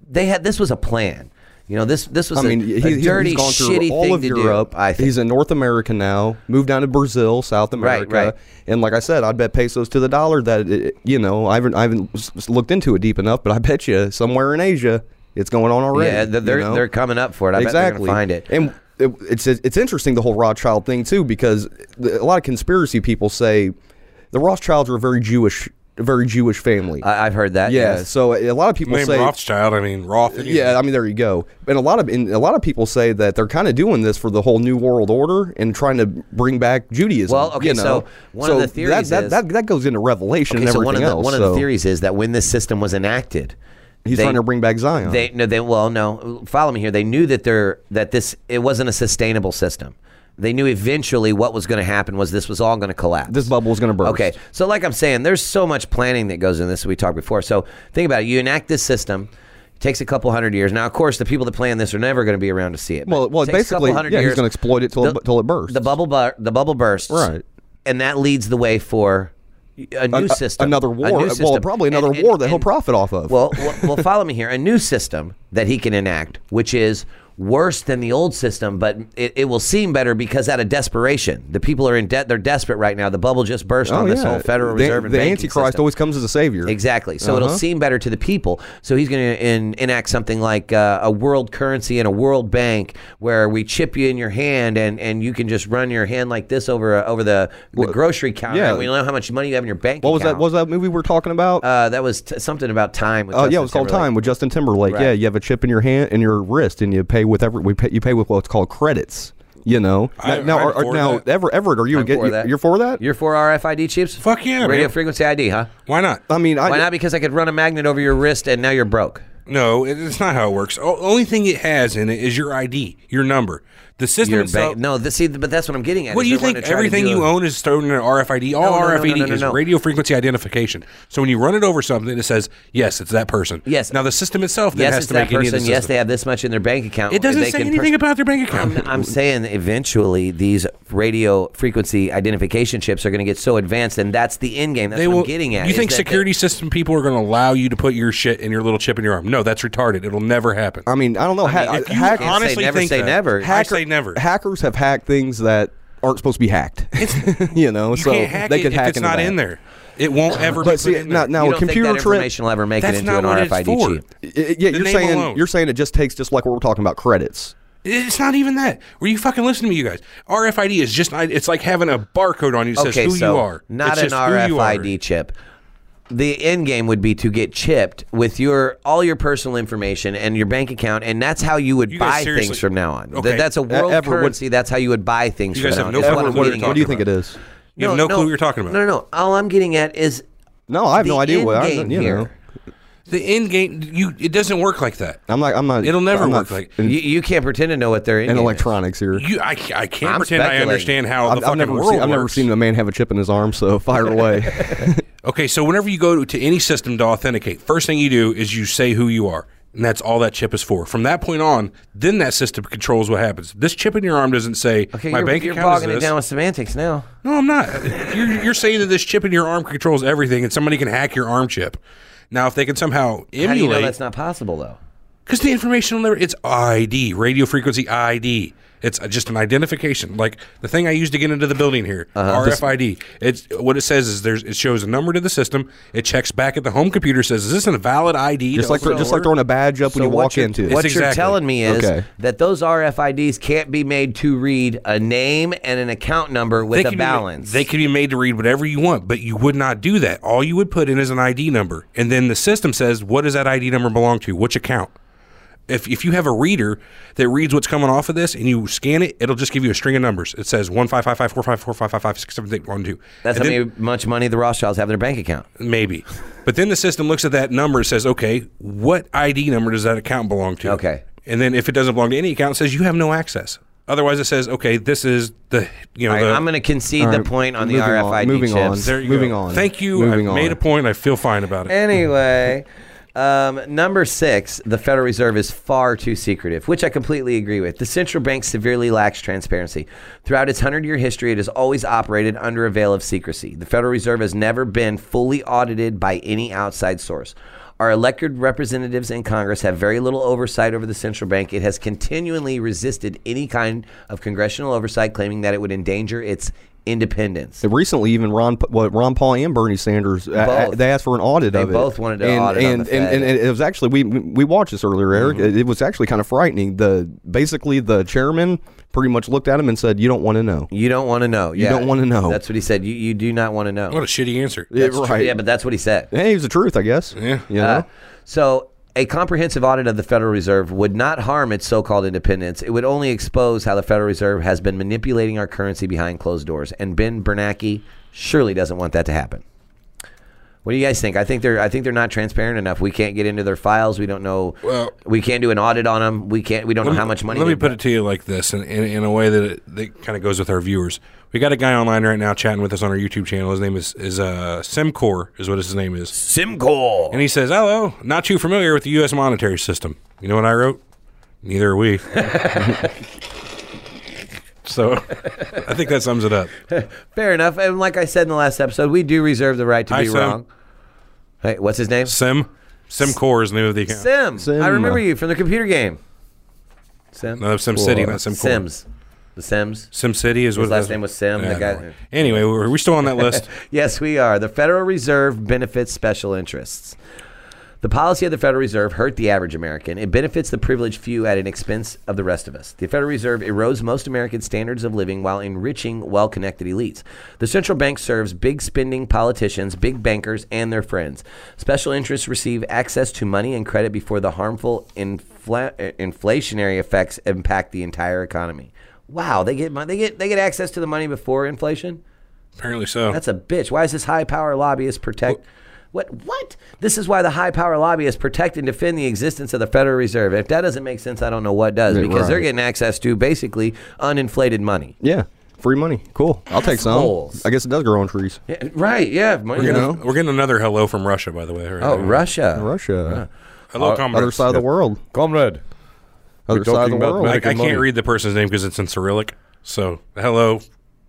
[SPEAKER 7] They had this was a plan. You know, this this was
[SPEAKER 8] I mean,
[SPEAKER 7] a,
[SPEAKER 8] he,
[SPEAKER 7] a
[SPEAKER 8] he's-
[SPEAKER 7] dirty,
[SPEAKER 8] he's gone
[SPEAKER 7] shitty
[SPEAKER 8] through all
[SPEAKER 7] thing
[SPEAKER 8] of
[SPEAKER 7] to
[SPEAKER 8] Europe.
[SPEAKER 7] do. I think.
[SPEAKER 8] He's in North America now. Moved down to Brazil, South America,
[SPEAKER 7] right.
[SPEAKER 8] and like I said, I bet pesos to the dollar that it, you know I haven't I haven't s- s- looked into it deep enough, but I bet you somewhere in Asia it's going on already.
[SPEAKER 7] Yeah, they're- they're-
[SPEAKER 8] you know?
[SPEAKER 7] they're coming up for it. I bet they're gonna
[SPEAKER 8] exactly.
[SPEAKER 7] find it.
[SPEAKER 8] And it, it's it's interesting the whole Rothschild thing too because the, a lot of conspiracy people say the Rothschilds are a very Jewish, a very Jewish family.
[SPEAKER 7] I, I've heard that.
[SPEAKER 8] yeah,
[SPEAKER 7] yes.
[SPEAKER 8] so a lot of people
[SPEAKER 4] Name
[SPEAKER 8] say
[SPEAKER 4] Rothschild. I mean Roth.
[SPEAKER 8] yeah, I mean, there you go. And a lot of and a lot of people say that they're kind of doing this for the whole New World Order and trying to bring back Judaism.
[SPEAKER 7] Well, okay,
[SPEAKER 8] you
[SPEAKER 7] so
[SPEAKER 8] know?
[SPEAKER 7] one of
[SPEAKER 8] So
[SPEAKER 7] the theories
[SPEAKER 8] that,
[SPEAKER 7] is-
[SPEAKER 8] that, that, that goes into Revelation
[SPEAKER 7] Okay,
[SPEAKER 8] and
[SPEAKER 7] so
[SPEAKER 8] everything
[SPEAKER 7] one of the
[SPEAKER 8] else.
[SPEAKER 7] one of the
[SPEAKER 8] so
[SPEAKER 7] theories is that when this system was enacted,
[SPEAKER 8] He's
[SPEAKER 7] they-
[SPEAKER 8] trying to bring back Zion.
[SPEAKER 7] They no, they well no. Follow me here. They knew that they're that this it wasn't a sustainable system. They knew eventually what was going to happen was this was all going to collapse.
[SPEAKER 8] this bubble is going to burst.
[SPEAKER 7] Okay, so like I'm saying, there's so much planning that goes in this. We talked before. So think about it. You enact this system. It takes a couple hundred years. Now, of course, the people that plan this are never going to be around to see it. but
[SPEAKER 8] Well, well,
[SPEAKER 7] it takes a couple
[SPEAKER 8] basically,
[SPEAKER 7] hundred
[SPEAKER 8] yeah, he's
[SPEAKER 7] years.
[SPEAKER 8] gonna exploit it till it
[SPEAKER 7] The-
[SPEAKER 8] bu- till it bursts.
[SPEAKER 7] The bubble, bu- the bubble bursts.
[SPEAKER 8] Right.
[SPEAKER 7] And that leads the way for a new
[SPEAKER 8] An- a-
[SPEAKER 7] system,
[SPEAKER 8] another war.
[SPEAKER 7] A new
[SPEAKER 8] Well,
[SPEAKER 7] system.
[SPEAKER 8] probably
[SPEAKER 7] And-
[SPEAKER 8] another
[SPEAKER 7] and-
[SPEAKER 8] war that he'll
[SPEAKER 7] and-
[SPEAKER 8] profit off
[SPEAKER 7] [LAUGHS]
[SPEAKER 8] of.
[SPEAKER 7] Well, well, well, follow me here. A new system that he can enact, which is worse than the old system, but it, it will seem better because out of desperation, the people are in debt. They're desperate right now. The bubble just burst
[SPEAKER 8] oh
[SPEAKER 7] on
[SPEAKER 8] yeah,
[SPEAKER 7] this whole Federal
[SPEAKER 8] the,
[SPEAKER 7] Reserve and
[SPEAKER 8] the
[SPEAKER 7] banking
[SPEAKER 8] Antichrist
[SPEAKER 7] system.
[SPEAKER 8] always comes as a savior.
[SPEAKER 7] Exactly. So it'll
[SPEAKER 8] Uh-huh.
[SPEAKER 7] seem better to the people. So he's going to in, enact something like uh, a world currency and a world bank where we chip you in your hand and, and you can just run your hand like this over uh, over the, the grocery counter.
[SPEAKER 8] yeah.
[SPEAKER 7] And we know how much money you have in your bank
[SPEAKER 8] What was that?
[SPEAKER 7] account.
[SPEAKER 8] What was that movie we were talking about?
[SPEAKER 7] Uh, that was t- something about time. with
[SPEAKER 8] Oh yeah,
[SPEAKER 7] Justin
[SPEAKER 8] it was called
[SPEAKER 7] Timberlake.
[SPEAKER 8] Time with Justin Timberlake. Yeah,
[SPEAKER 7] Right.
[SPEAKER 8] you have a chip in your hand, in your wrist, and you pay with every we pay, you pay with what's called credits. You know,
[SPEAKER 4] I-
[SPEAKER 8] now
[SPEAKER 4] I'm
[SPEAKER 8] are- are-
[SPEAKER 4] for
[SPEAKER 8] now
[SPEAKER 4] that.
[SPEAKER 8] Ever, Everett, are you
[SPEAKER 7] I'm
[SPEAKER 8] get
[SPEAKER 7] for
[SPEAKER 8] you-
[SPEAKER 7] that.
[SPEAKER 8] you're for that?
[SPEAKER 7] You're for RFID chips?
[SPEAKER 4] Fuck yeah,
[SPEAKER 7] Radio
[SPEAKER 4] man.
[SPEAKER 7] frequency ID, huh?
[SPEAKER 4] Why not?
[SPEAKER 7] Uh,
[SPEAKER 8] I mean, I,
[SPEAKER 7] Why not? Because I could run a magnet over your wrist and now you're broke.
[SPEAKER 4] No, it- it's not how it works. O- only thing it has in it is your ID, your number. The system
[SPEAKER 7] You're
[SPEAKER 4] itself.
[SPEAKER 7] bank. No, this, see, but that's what I'm getting at.
[SPEAKER 4] What
[SPEAKER 7] is
[SPEAKER 4] do you
[SPEAKER 7] they're wanting
[SPEAKER 4] think?
[SPEAKER 7] to try to
[SPEAKER 4] Everything
[SPEAKER 7] do
[SPEAKER 4] you
[SPEAKER 7] a-
[SPEAKER 4] own is stored in an RFID. All
[SPEAKER 7] No, no, no,
[SPEAKER 4] RFID
[SPEAKER 7] no, no,
[SPEAKER 4] is
[SPEAKER 7] no.
[SPEAKER 4] radio frequency identification. So when you run it over something, it says, yes, it's that person.
[SPEAKER 7] Yes.
[SPEAKER 4] Now the system itself then
[SPEAKER 7] Yes,
[SPEAKER 4] has
[SPEAKER 7] it's
[SPEAKER 4] to make
[SPEAKER 7] that
[SPEAKER 4] any of the
[SPEAKER 7] person. Yes,
[SPEAKER 4] system.
[SPEAKER 7] they have this much in their bank account.
[SPEAKER 4] It doesn't
[SPEAKER 7] They
[SPEAKER 4] say
[SPEAKER 7] can
[SPEAKER 4] anything
[SPEAKER 7] pers-
[SPEAKER 4] about their bank account.
[SPEAKER 7] I'm, I'm saying eventually these radio frequency identification chips are going to get so advanced, and that's the end game. That's
[SPEAKER 4] they
[SPEAKER 7] what
[SPEAKER 4] will.
[SPEAKER 7] I'm getting at.
[SPEAKER 4] you
[SPEAKER 7] is
[SPEAKER 4] think
[SPEAKER 7] that-
[SPEAKER 4] security system people are going to allow you to put your shit in your little chip in your arm? No, that's retarded. It'll never happen.
[SPEAKER 8] I mean, I don't know. Ha-
[SPEAKER 4] if you
[SPEAKER 8] hack-
[SPEAKER 7] say
[SPEAKER 4] honestly
[SPEAKER 7] never
[SPEAKER 4] think
[SPEAKER 7] say
[SPEAKER 4] that,
[SPEAKER 7] never. I
[SPEAKER 4] I
[SPEAKER 8] hacker-
[SPEAKER 4] say never.
[SPEAKER 8] Hackers have hacked things that aren't supposed to be hacked. [LAUGHS] you know,
[SPEAKER 4] you
[SPEAKER 8] so
[SPEAKER 4] can't hack
[SPEAKER 8] they
[SPEAKER 4] it
[SPEAKER 8] could
[SPEAKER 4] if
[SPEAKER 8] hack
[SPEAKER 4] it's
[SPEAKER 8] into
[SPEAKER 4] not
[SPEAKER 8] that.
[SPEAKER 4] in there. It won't ever. be
[SPEAKER 8] But see,
[SPEAKER 4] put in
[SPEAKER 8] now,
[SPEAKER 4] there.
[SPEAKER 8] now
[SPEAKER 7] you
[SPEAKER 8] a
[SPEAKER 7] don't think
[SPEAKER 8] computer
[SPEAKER 7] that
[SPEAKER 8] trick.
[SPEAKER 7] information will ever make
[SPEAKER 4] That's
[SPEAKER 7] it into
[SPEAKER 4] not
[SPEAKER 7] an
[SPEAKER 4] what it's
[SPEAKER 7] RFID
[SPEAKER 4] for.
[SPEAKER 7] chip.
[SPEAKER 8] Y- Yeah,
[SPEAKER 4] The
[SPEAKER 8] you're
[SPEAKER 4] name
[SPEAKER 8] saying
[SPEAKER 4] alone.
[SPEAKER 8] you're saying it just takes just like what we're talking about credits.
[SPEAKER 4] It's not even that. Were you fucking listening to me, you guys? RFID is just it's like having a barcode on you that
[SPEAKER 7] okay,
[SPEAKER 4] says who
[SPEAKER 7] so
[SPEAKER 4] you are.
[SPEAKER 7] not
[SPEAKER 4] It's
[SPEAKER 7] an
[SPEAKER 4] just who you are.
[SPEAKER 7] RFID chip. The end game would be to get chipped with your all your personal information and your bank account, and that's how you would
[SPEAKER 4] You guys
[SPEAKER 7] buy things
[SPEAKER 4] seriously-
[SPEAKER 7] from now on. Th-
[SPEAKER 4] Okay.
[SPEAKER 7] that's a world
[SPEAKER 8] Everett, what-
[SPEAKER 7] currency. that's how you would buy things.
[SPEAKER 4] You
[SPEAKER 7] from
[SPEAKER 4] guys
[SPEAKER 7] now
[SPEAKER 4] have
[SPEAKER 7] on,
[SPEAKER 4] no
[SPEAKER 7] is
[SPEAKER 4] clue
[SPEAKER 7] what I'm
[SPEAKER 4] what you're
[SPEAKER 7] getting
[SPEAKER 4] talking
[SPEAKER 8] What do you think
[SPEAKER 7] at.
[SPEAKER 8] it is?
[SPEAKER 4] You have no clue what you're talking about.
[SPEAKER 7] No, no, no. All I'm getting at is
[SPEAKER 8] No, I have
[SPEAKER 7] the
[SPEAKER 8] no idea
[SPEAKER 7] end
[SPEAKER 8] what I
[SPEAKER 7] game
[SPEAKER 8] you
[SPEAKER 7] here.
[SPEAKER 8] know.
[SPEAKER 4] The end game, you it doesn't work like that.
[SPEAKER 8] I'm not. I'm not.
[SPEAKER 4] It'll never
[SPEAKER 8] I'm
[SPEAKER 4] work
[SPEAKER 8] not
[SPEAKER 4] like
[SPEAKER 7] You, you can't pretend to know what they're in.
[SPEAKER 8] in electronics here.
[SPEAKER 4] you. I, ca- I can't
[SPEAKER 7] I'm
[SPEAKER 4] pretend I
[SPEAKER 7] speculating.
[SPEAKER 4] understand how the
[SPEAKER 8] I've,
[SPEAKER 4] fucking
[SPEAKER 8] I've never.
[SPEAKER 4] world
[SPEAKER 8] Seen, I've never
[SPEAKER 4] works.
[SPEAKER 8] seen a man have a chip in his arm. So [LAUGHS] fire
[SPEAKER 4] [LAUGHS]
[SPEAKER 8] away.
[SPEAKER 4] Okay, so whenever you go to any system to authenticate, first thing you do is you say who you are, and that's all that chip is for. From that point on, then that system controls what happens. This chip in your arm doesn't say
[SPEAKER 7] Okay,
[SPEAKER 4] my
[SPEAKER 7] you're,
[SPEAKER 4] bank
[SPEAKER 7] you're
[SPEAKER 4] account
[SPEAKER 7] bogging
[SPEAKER 4] is
[SPEAKER 7] it
[SPEAKER 4] this.
[SPEAKER 7] down with semantics now.
[SPEAKER 4] No, I'm not. You're, you're saying that this chip in your arm controls everything, and somebody can hack your arm chip. Now, if they can somehow
[SPEAKER 7] How do you know
[SPEAKER 4] emulate,
[SPEAKER 7] that's not possible though?
[SPEAKER 4] because the information will never, it's ID, radio frequency ID. It's just an identification, like the thing I used to get into the building here,
[SPEAKER 8] Uh-huh.
[SPEAKER 4] RFID. It's what it says is there's it shows a number to the system. It checks back at the home computer, says is this a valid ID?
[SPEAKER 8] just
[SPEAKER 4] to
[SPEAKER 8] like
[SPEAKER 4] open the
[SPEAKER 8] just like
[SPEAKER 4] door?"
[SPEAKER 8] throwing a badge up when you
[SPEAKER 7] what
[SPEAKER 8] walk
[SPEAKER 7] you're-
[SPEAKER 8] into it.
[SPEAKER 7] What
[SPEAKER 4] It's
[SPEAKER 7] you're
[SPEAKER 4] exactly-
[SPEAKER 7] telling me is
[SPEAKER 8] Okay.
[SPEAKER 7] that those RFIDs can't be made to read a name and an account number with
[SPEAKER 4] They
[SPEAKER 7] a
[SPEAKER 4] can be ma-
[SPEAKER 7] balance.
[SPEAKER 4] they can be made to read whatever you want, but you would not do that. All you would put in is an ID number, and then the system says, "What does that ID number belong to? Which account?" If if you have a reader that reads what's coming off of this and you scan it, it'll just give you a string of numbers. It says one five five five four five four five five five six seven eight one two.
[SPEAKER 7] That's
[SPEAKER 4] And
[SPEAKER 7] how
[SPEAKER 4] then-
[SPEAKER 7] many, much money the Rothschilds have in their bank account.
[SPEAKER 4] maybe. But then the system looks at that number and says, "Okay, what ID number does that account belong to?"
[SPEAKER 7] Okay.
[SPEAKER 4] And then if it doesn't belong to any account, it says you have no access. Otherwise, it says, "Okay, this is the you know
[SPEAKER 7] All right,
[SPEAKER 4] the,
[SPEAKER 7] I'm going to concede the point on the
[SPEAKER 8] moving on,
[SPEAKER 7] RFID
[SPEAKER 8] moving
[SPEAKER 7] chips.
[SPEAKER 8] on.
[SPEAKER 4] There you
[SPEAKER 8] Moving
[SPEAKER 4] go.
[SPEAKER 8] on.
[SPEAKER 4] Thank you.
[SPEAKER 8] Moving
[SPEAKER 4] I
[SPEAKER 8] on.
[SPEAKER 4] made a point. I feel fine about it.
[SPEAKER 7] Anyway, um, number six, the Federal Reserve is far too secretive, which I completely agree with. The central bank severely lacks transparency. Throughout its 100 year history, it has always operated under a veil of secrecy. The Federal Reserve has never been fully audited by any outside source. Our elected representatives in Congress have very little oversight over the central bank. It has continually resisted any kind of congressional oversight, claiming that it would endanger its independence.
[SPEAKER 8] And recently, even Ron, well, Ron Paul and Bernie Sanders, uh, uh,
[SPEAKER 7] Both.
[SPEAKER 8] they asked for an audit
[SPEAKER 7] They
[SPEAKER 8] of it.
[SPEAKER 7] both wanted to
[SPEAKER 8] and,
[SPEAKER 7] audit on
[SPEAKER 8] and,
[SPEAKER 7] the
[SPEAKER 8] and,
[SPEAKER 7] Fed.
[SPEAKER 8] and it was actually we we watched this earlier, Eric.
[SPEAKER 4] Mm-hmm.
[SPEAKER 8] It, it was actually kind of frightening. The basically the chairman pretty much looked at him and said, "You don't want to know."
[SPEAKER 7] You don't want to know. You
[SPEAKER 8] don't wanna know.
[SPEAKER 7] That's what he said. You, you do not want to know.
[SPEAKER 4] What a shitty answer.
[SPEAKER 8] That's
[SPEAKER 7] That's true. Yeah, but that's what he said.
[SPEAKER 8] hey, it was the truth, I guess.
[SPEAKER 4] Yeah.
[SPEAKER 8] You know?
[SPEAKER 7] Uh, so a comprehensive audit of the Federal Reserve would not harm its so-called independence. It would only expose how the Federal Reserve has been manipulating our currency behind closed doors. And Ben Bernanke surely doesn't want that to happen. What do you guys think? I think they're I think they're not transparent enough. We can't get into their files. We don't know.
[SPEAKER 4] Well-
[SPEAKER 7] we can't do an audit on them. We can't. We don't know how much money.
[SPEAKER 4] Let me
[SPEAKER 7] they-
[SPEAKER 4] put it to you like this, in, in, in a way that it, that kind of goes with our viewers. We got a guy online right now chatting with us on our YouTube channel. His name is is uh, Simcor, is what his name is. Simcor. And he says, "Hello, not too familiar with the U.S. monetary system." You know what I wrote? Neither are we. [LAUGHS] so, I think that sums it up.
[SPEAKER 7] Fair enough. And like I said in the last episode, we do reserve the right to
[SPEAKER 4] Hi,
[SPEAKER 7] be
[SPEAKER 4] Sim.
[SPEAKER 7] wrong. Hey, what's his name?
[SPEAKER 4] Sim Simcor is the name of the account.
[SPEAKER 7] Sim.
[SPEAKER 8] Sim.
[SPEAKER 7] I remember you from the computer game. Sim.
[SPEAKER 4] No, Sim City, not Simcor.
[SPEAKER 7] Sims. The Sims.
[SPEAKER 4] Sim City is what
[SPEAKER 7] His
[SPEAKER 4] it
[SPEAKER 7] last
[SPEAKER 4] is.
[SPEAKER 7] name was Sim, the
[SPEAKER 4] I
[SPEAKER 7] guy-
[SPEAKER 4] don't know. Anyway, we're, we still on that list. [LAUGHS]
[SPEAKER 7] Yes, we are. The Federal Reserve benefits special interests. The policy of the Federal Reserve hurt the average American. It benefits the privileged few at an expense of the rest of us. The Federal Reserve erodes most Americans' standards of living while enriching well connected elites. The central bank serves big spending politicians, big bankers, and their friends. Special interests receive access to money and credit before the harmful infla- uh, inflationary effects impact the entire economy. Wow, they get mon- they get they get access to the money before inflation?
[SPEAKER 4] Apparently so.
[SPEAKER 7] That's a bitch. Why is this high power lobbyist protect? What? What? This is why the high power lobbyists protect and defend the existence of the Federal Reserve. If that doesn't make sense, I don't know what does, because they're
[SPEAKER 8] right.
[SPEAKER 7] getting access to basically uninflated money.
[SPEAKER 8] yeah. Free money. Cool. I'll take some.
[SPEAKER 7] Assholes.
[SPEAKER 8] I guess it does grow on trees.
[SPEAKER 7] Yeah, right? Yeah. Money,
[SPEAKER 8] You know?
[SPEAKER 4] We're getting another hello from Russia, by the way. uh, right?
[SPEAKER 7] Oh, Russia.
[SPEAKER 8] Russia.
[SPEAKER 4] Hello,
[SPEAKER 8] uh, Other
[SPEAKER 4] comrades.
[SPEAKER 8] side of the world.
[SPEAKER 9] Comrade.
[SPEAKER 8] Other side of the
[SPEAKER 9] talking about
[SPEAKER 8] world.
[SPEAKER 4] I, I
[SPEAKER 9] Like-
[SPEAKER 4] can't
[SPEAKER 9] money.
[SPEAKER 4] read the person's name because it's in Cyrillic. So, hello,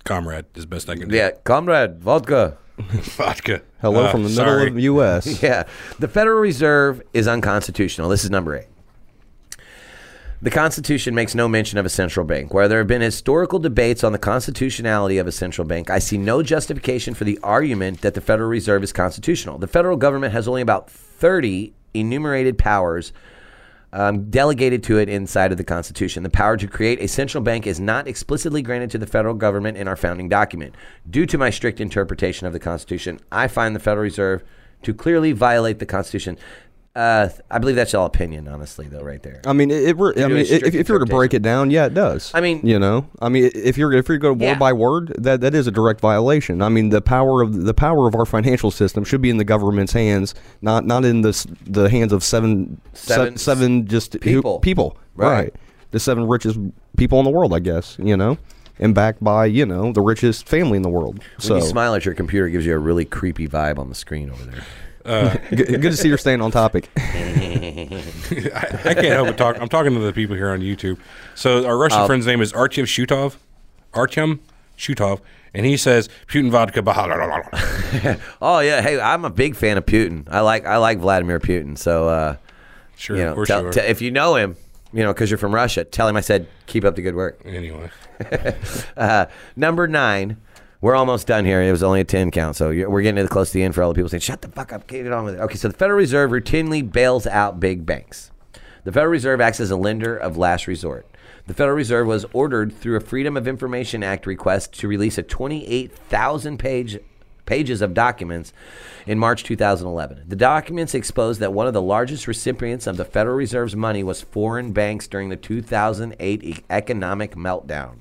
[SPEAKER 4] comrade, is best I can do.
[SPEAKER 7] Yeah, comrade vodka.
[SPEAKER 4] [LAUGHS] Vodka.
[SPEAKER 8] Hello
[SPEAKER 4] Uh,
[SPEAKER 8] from the
[SPEAKER 4] sorry.
[SPEAKER 8] middle of the U.S.
[SPEAKER 7] Ah, [LAUGHS] Yeah. The Federal Reserve is unconstitutional. This is number eight. The Constitution makes no mention of a central bank. Where there have been historical debates on the constitutionality of a central bank, I see no justification for the argument that the Federal Reserve is constitutional. The federal government has only about 30 enumerated powers um, delegated to it inside of the Constitution. The power to create a central bank is not explicitly granted to the federal government in our founding document. Due to my strict interpretation of the Constitution, I find the Federal Reserve to clearly violate the Constitution. Uh, I believe that's all opinion, honestly, though, right
[SPEAKER 4] Uh,
[SPEAKER 7] there.
[SPEAKER 8] I mean, it. it re- I
[SPEAKER 7] do a
[SPEAKER 8] mean, if,
[SPEAKER 7] strict
[SPEAKER 8] if you were to break it down, yeah, it does.
[SPEAKER 7] I mean-
[SPEAKER 8] you know, I mean, if you're if you go word
[SPEAKER 7] Yeah.
[SPEAKER 8] by word, that that is a direct violation. I mean, the power of the power of our financial system should be in the government's hands, not not in the s- the hands of seven se-
[SPEAKER 7] Seven
[SPEAKER 8] seven
[SPEAKER 7] s-
[SPEAKER 8] just who-
[SPEAKER 7] people.
[SPEAKER 8] people,
[SPEAKER 7] Right.
[SPEAKER 8] right. The seven richest people in the world, I guess. You know, and backed by you know the richest family in the world.
[SPEAKER 7] When
[SPEAKER 8] So
[SPEAKER 7] you smile at your computer, it gives you a really creepy vibe on the screen over there.
[SPEAKER 8] good, good to see you're staying on topic.
[SPEAKER 4] I can't help but talk. I'm talking to the people here on YouTube. So our Russian friend's name is Artyom Shutov, Artyom Shutov, and he says Putin vodka. blah, blah, blah,
[SPEAKER 8] [LAUGHS]
[SPEAKER 4] blah."
[SPEAKER 7] Oh yeah, hey, I'm a big fan of Putin. I like I like Vladimir Putin. So uh,
[SPEAKER 4] Sure,
[SPEAKER 7] you
[SPEAKER 4] of
[SPEAKER 7] know,
[SPEAKER 4] course you
[SPEAKER 7] tell,
[SPEAKER 4] are.
[SPEAKER 7] te- if you know him, you know, because you're from Russia, tell him I said keep up the good work.
[SPEAKER 4] anyway,
[SPEAKER 7] Uh, number nine, we're almost done here. It was only a ten count, so you're, we're getting to the close to the end for all the people saying, "Shut the fuck up, get it on with it." Okay, so the Federal Reserve routinely bails out big banks. The Federal Reserve acts as a lender of last resort. The Federal Reserve was ordered through a Freedom of Information Act request to release a 28,000 page pages of documents in March 2011. The documents exposed that one of the largest recipients of the Federal Reserve's money was foreign banks during the 2008 e- economic meltdown.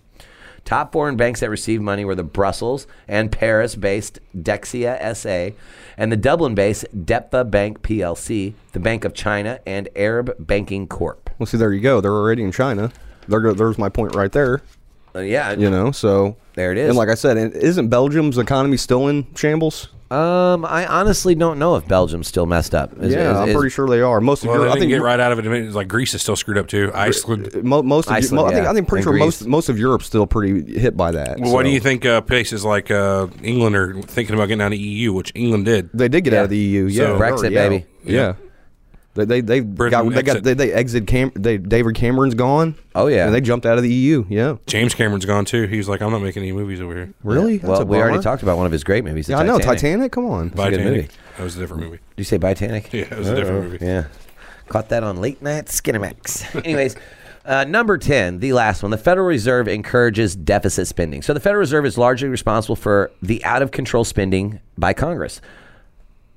[SPEAKER 7] Top foreign banks that received money were the Brussels and Paris based Dexia SA and the Dublin based DEPFA Bank PLC, the Bank of China, and Arab Banking Corp.
[SPEAKER 8] Well, see, there you go. They're already in China. There, go- there's my point right there.
[SPEAKER 7] Uh, yeah.
[SPEAKER 8] You know, so
[SPEAKER 7] There it is.
[SPEAKER 8] And like I said, and isn't Belgium's economy still in shambles?
[SPEAKER 7] Um, I honestly don't know if Belgium's still messed up. Is-
[SPEAKER 8] yeah,
[SPEAKER 7] is-
[SPEAKER 8] I'm
[SPEAKER 7] is-
[SPEAKER 8] pretty sure they are. Most of
[SPEAKER 4] well,
[SPEAKER 8] Europe,
[SPEAKER 4] I
[SPEAKER 8] I
[SPEAKER 4] think
[SPEAKER 8] think
[SPEAKER 4] get
[SPEAKER 8] Eu-
[SPEAKER 4] right out of it. It's like Greece is still screwed up too. Iceland.
[SPEAKER 8] mo- most of Eu-
[SPEAKER 7] Iceland,
[SPEAKER 8] mo- I think
[SPEAKER 7] yeah,
[SPEAKER 8] I think pretty
[SPEAKER 7] and
[SPEAKER 8] sure most
[SPEAKER 7] Greece.
[SPEAKER 8] most of Europe's still pretty hit by that.
[SPEAKER 4] Well, what do
[SPEAKER 8] so.
[SPEAKER 4] you think? Uh, places like uh, England are thinking about getting out of the EU, which England did.
[SPEAKER 8] They did get out of the EU. Yeah,
[SPEAKER 4] So-
[SPEAKER 8] they're
[SPEAKER 7] Brexit,
[SPEAKER 8] already out.
[SPEAKER 7] baby.
[SPEAKER 8] Yeah. They they they got they got
[SPEAKER 4] exit.
[SPEAKER 8] they, they exit Cam they David Cameron's gone.
[SPEAKER 7] Oh, yeah.
[SPEAKER 8] and they jumped out of the EU. Yeah,
[SPEAKER 4] James Cameron's gone too. He was like, I'm not making any movies over here.
[SPEAKER 8] really? That's
[SPEAKER 7] well,
[SPEAKER 8] a
[SPEAKER 7] we already
[SPEAKER 8] bummer.
[SPEAKER 7] talked about one of his great movies. the
[SPEAKER 8] Yeah, I know
[SPEAKER 7] Titanic.
[SPEAKER 8] Titanic. Come on,
[SPEAKER 7] good
[SPEAKER 4] Titanic.
[SPEAKER 7] movie.
[SPEAKER 4] That was a different movie. [LAUGHS]
[SPEAKER 7] Did you say Titanic?
[SPEAKER 4] Yeah, it was a different movie.
[SPEAKER 7] Yeah. Caught that on late night Skinemax. Anyways, uh, number 10, the last one. The Federal Reserve encourages deficit spending. So the Federal Reserve is largely responsible for the out of control spending by Congress.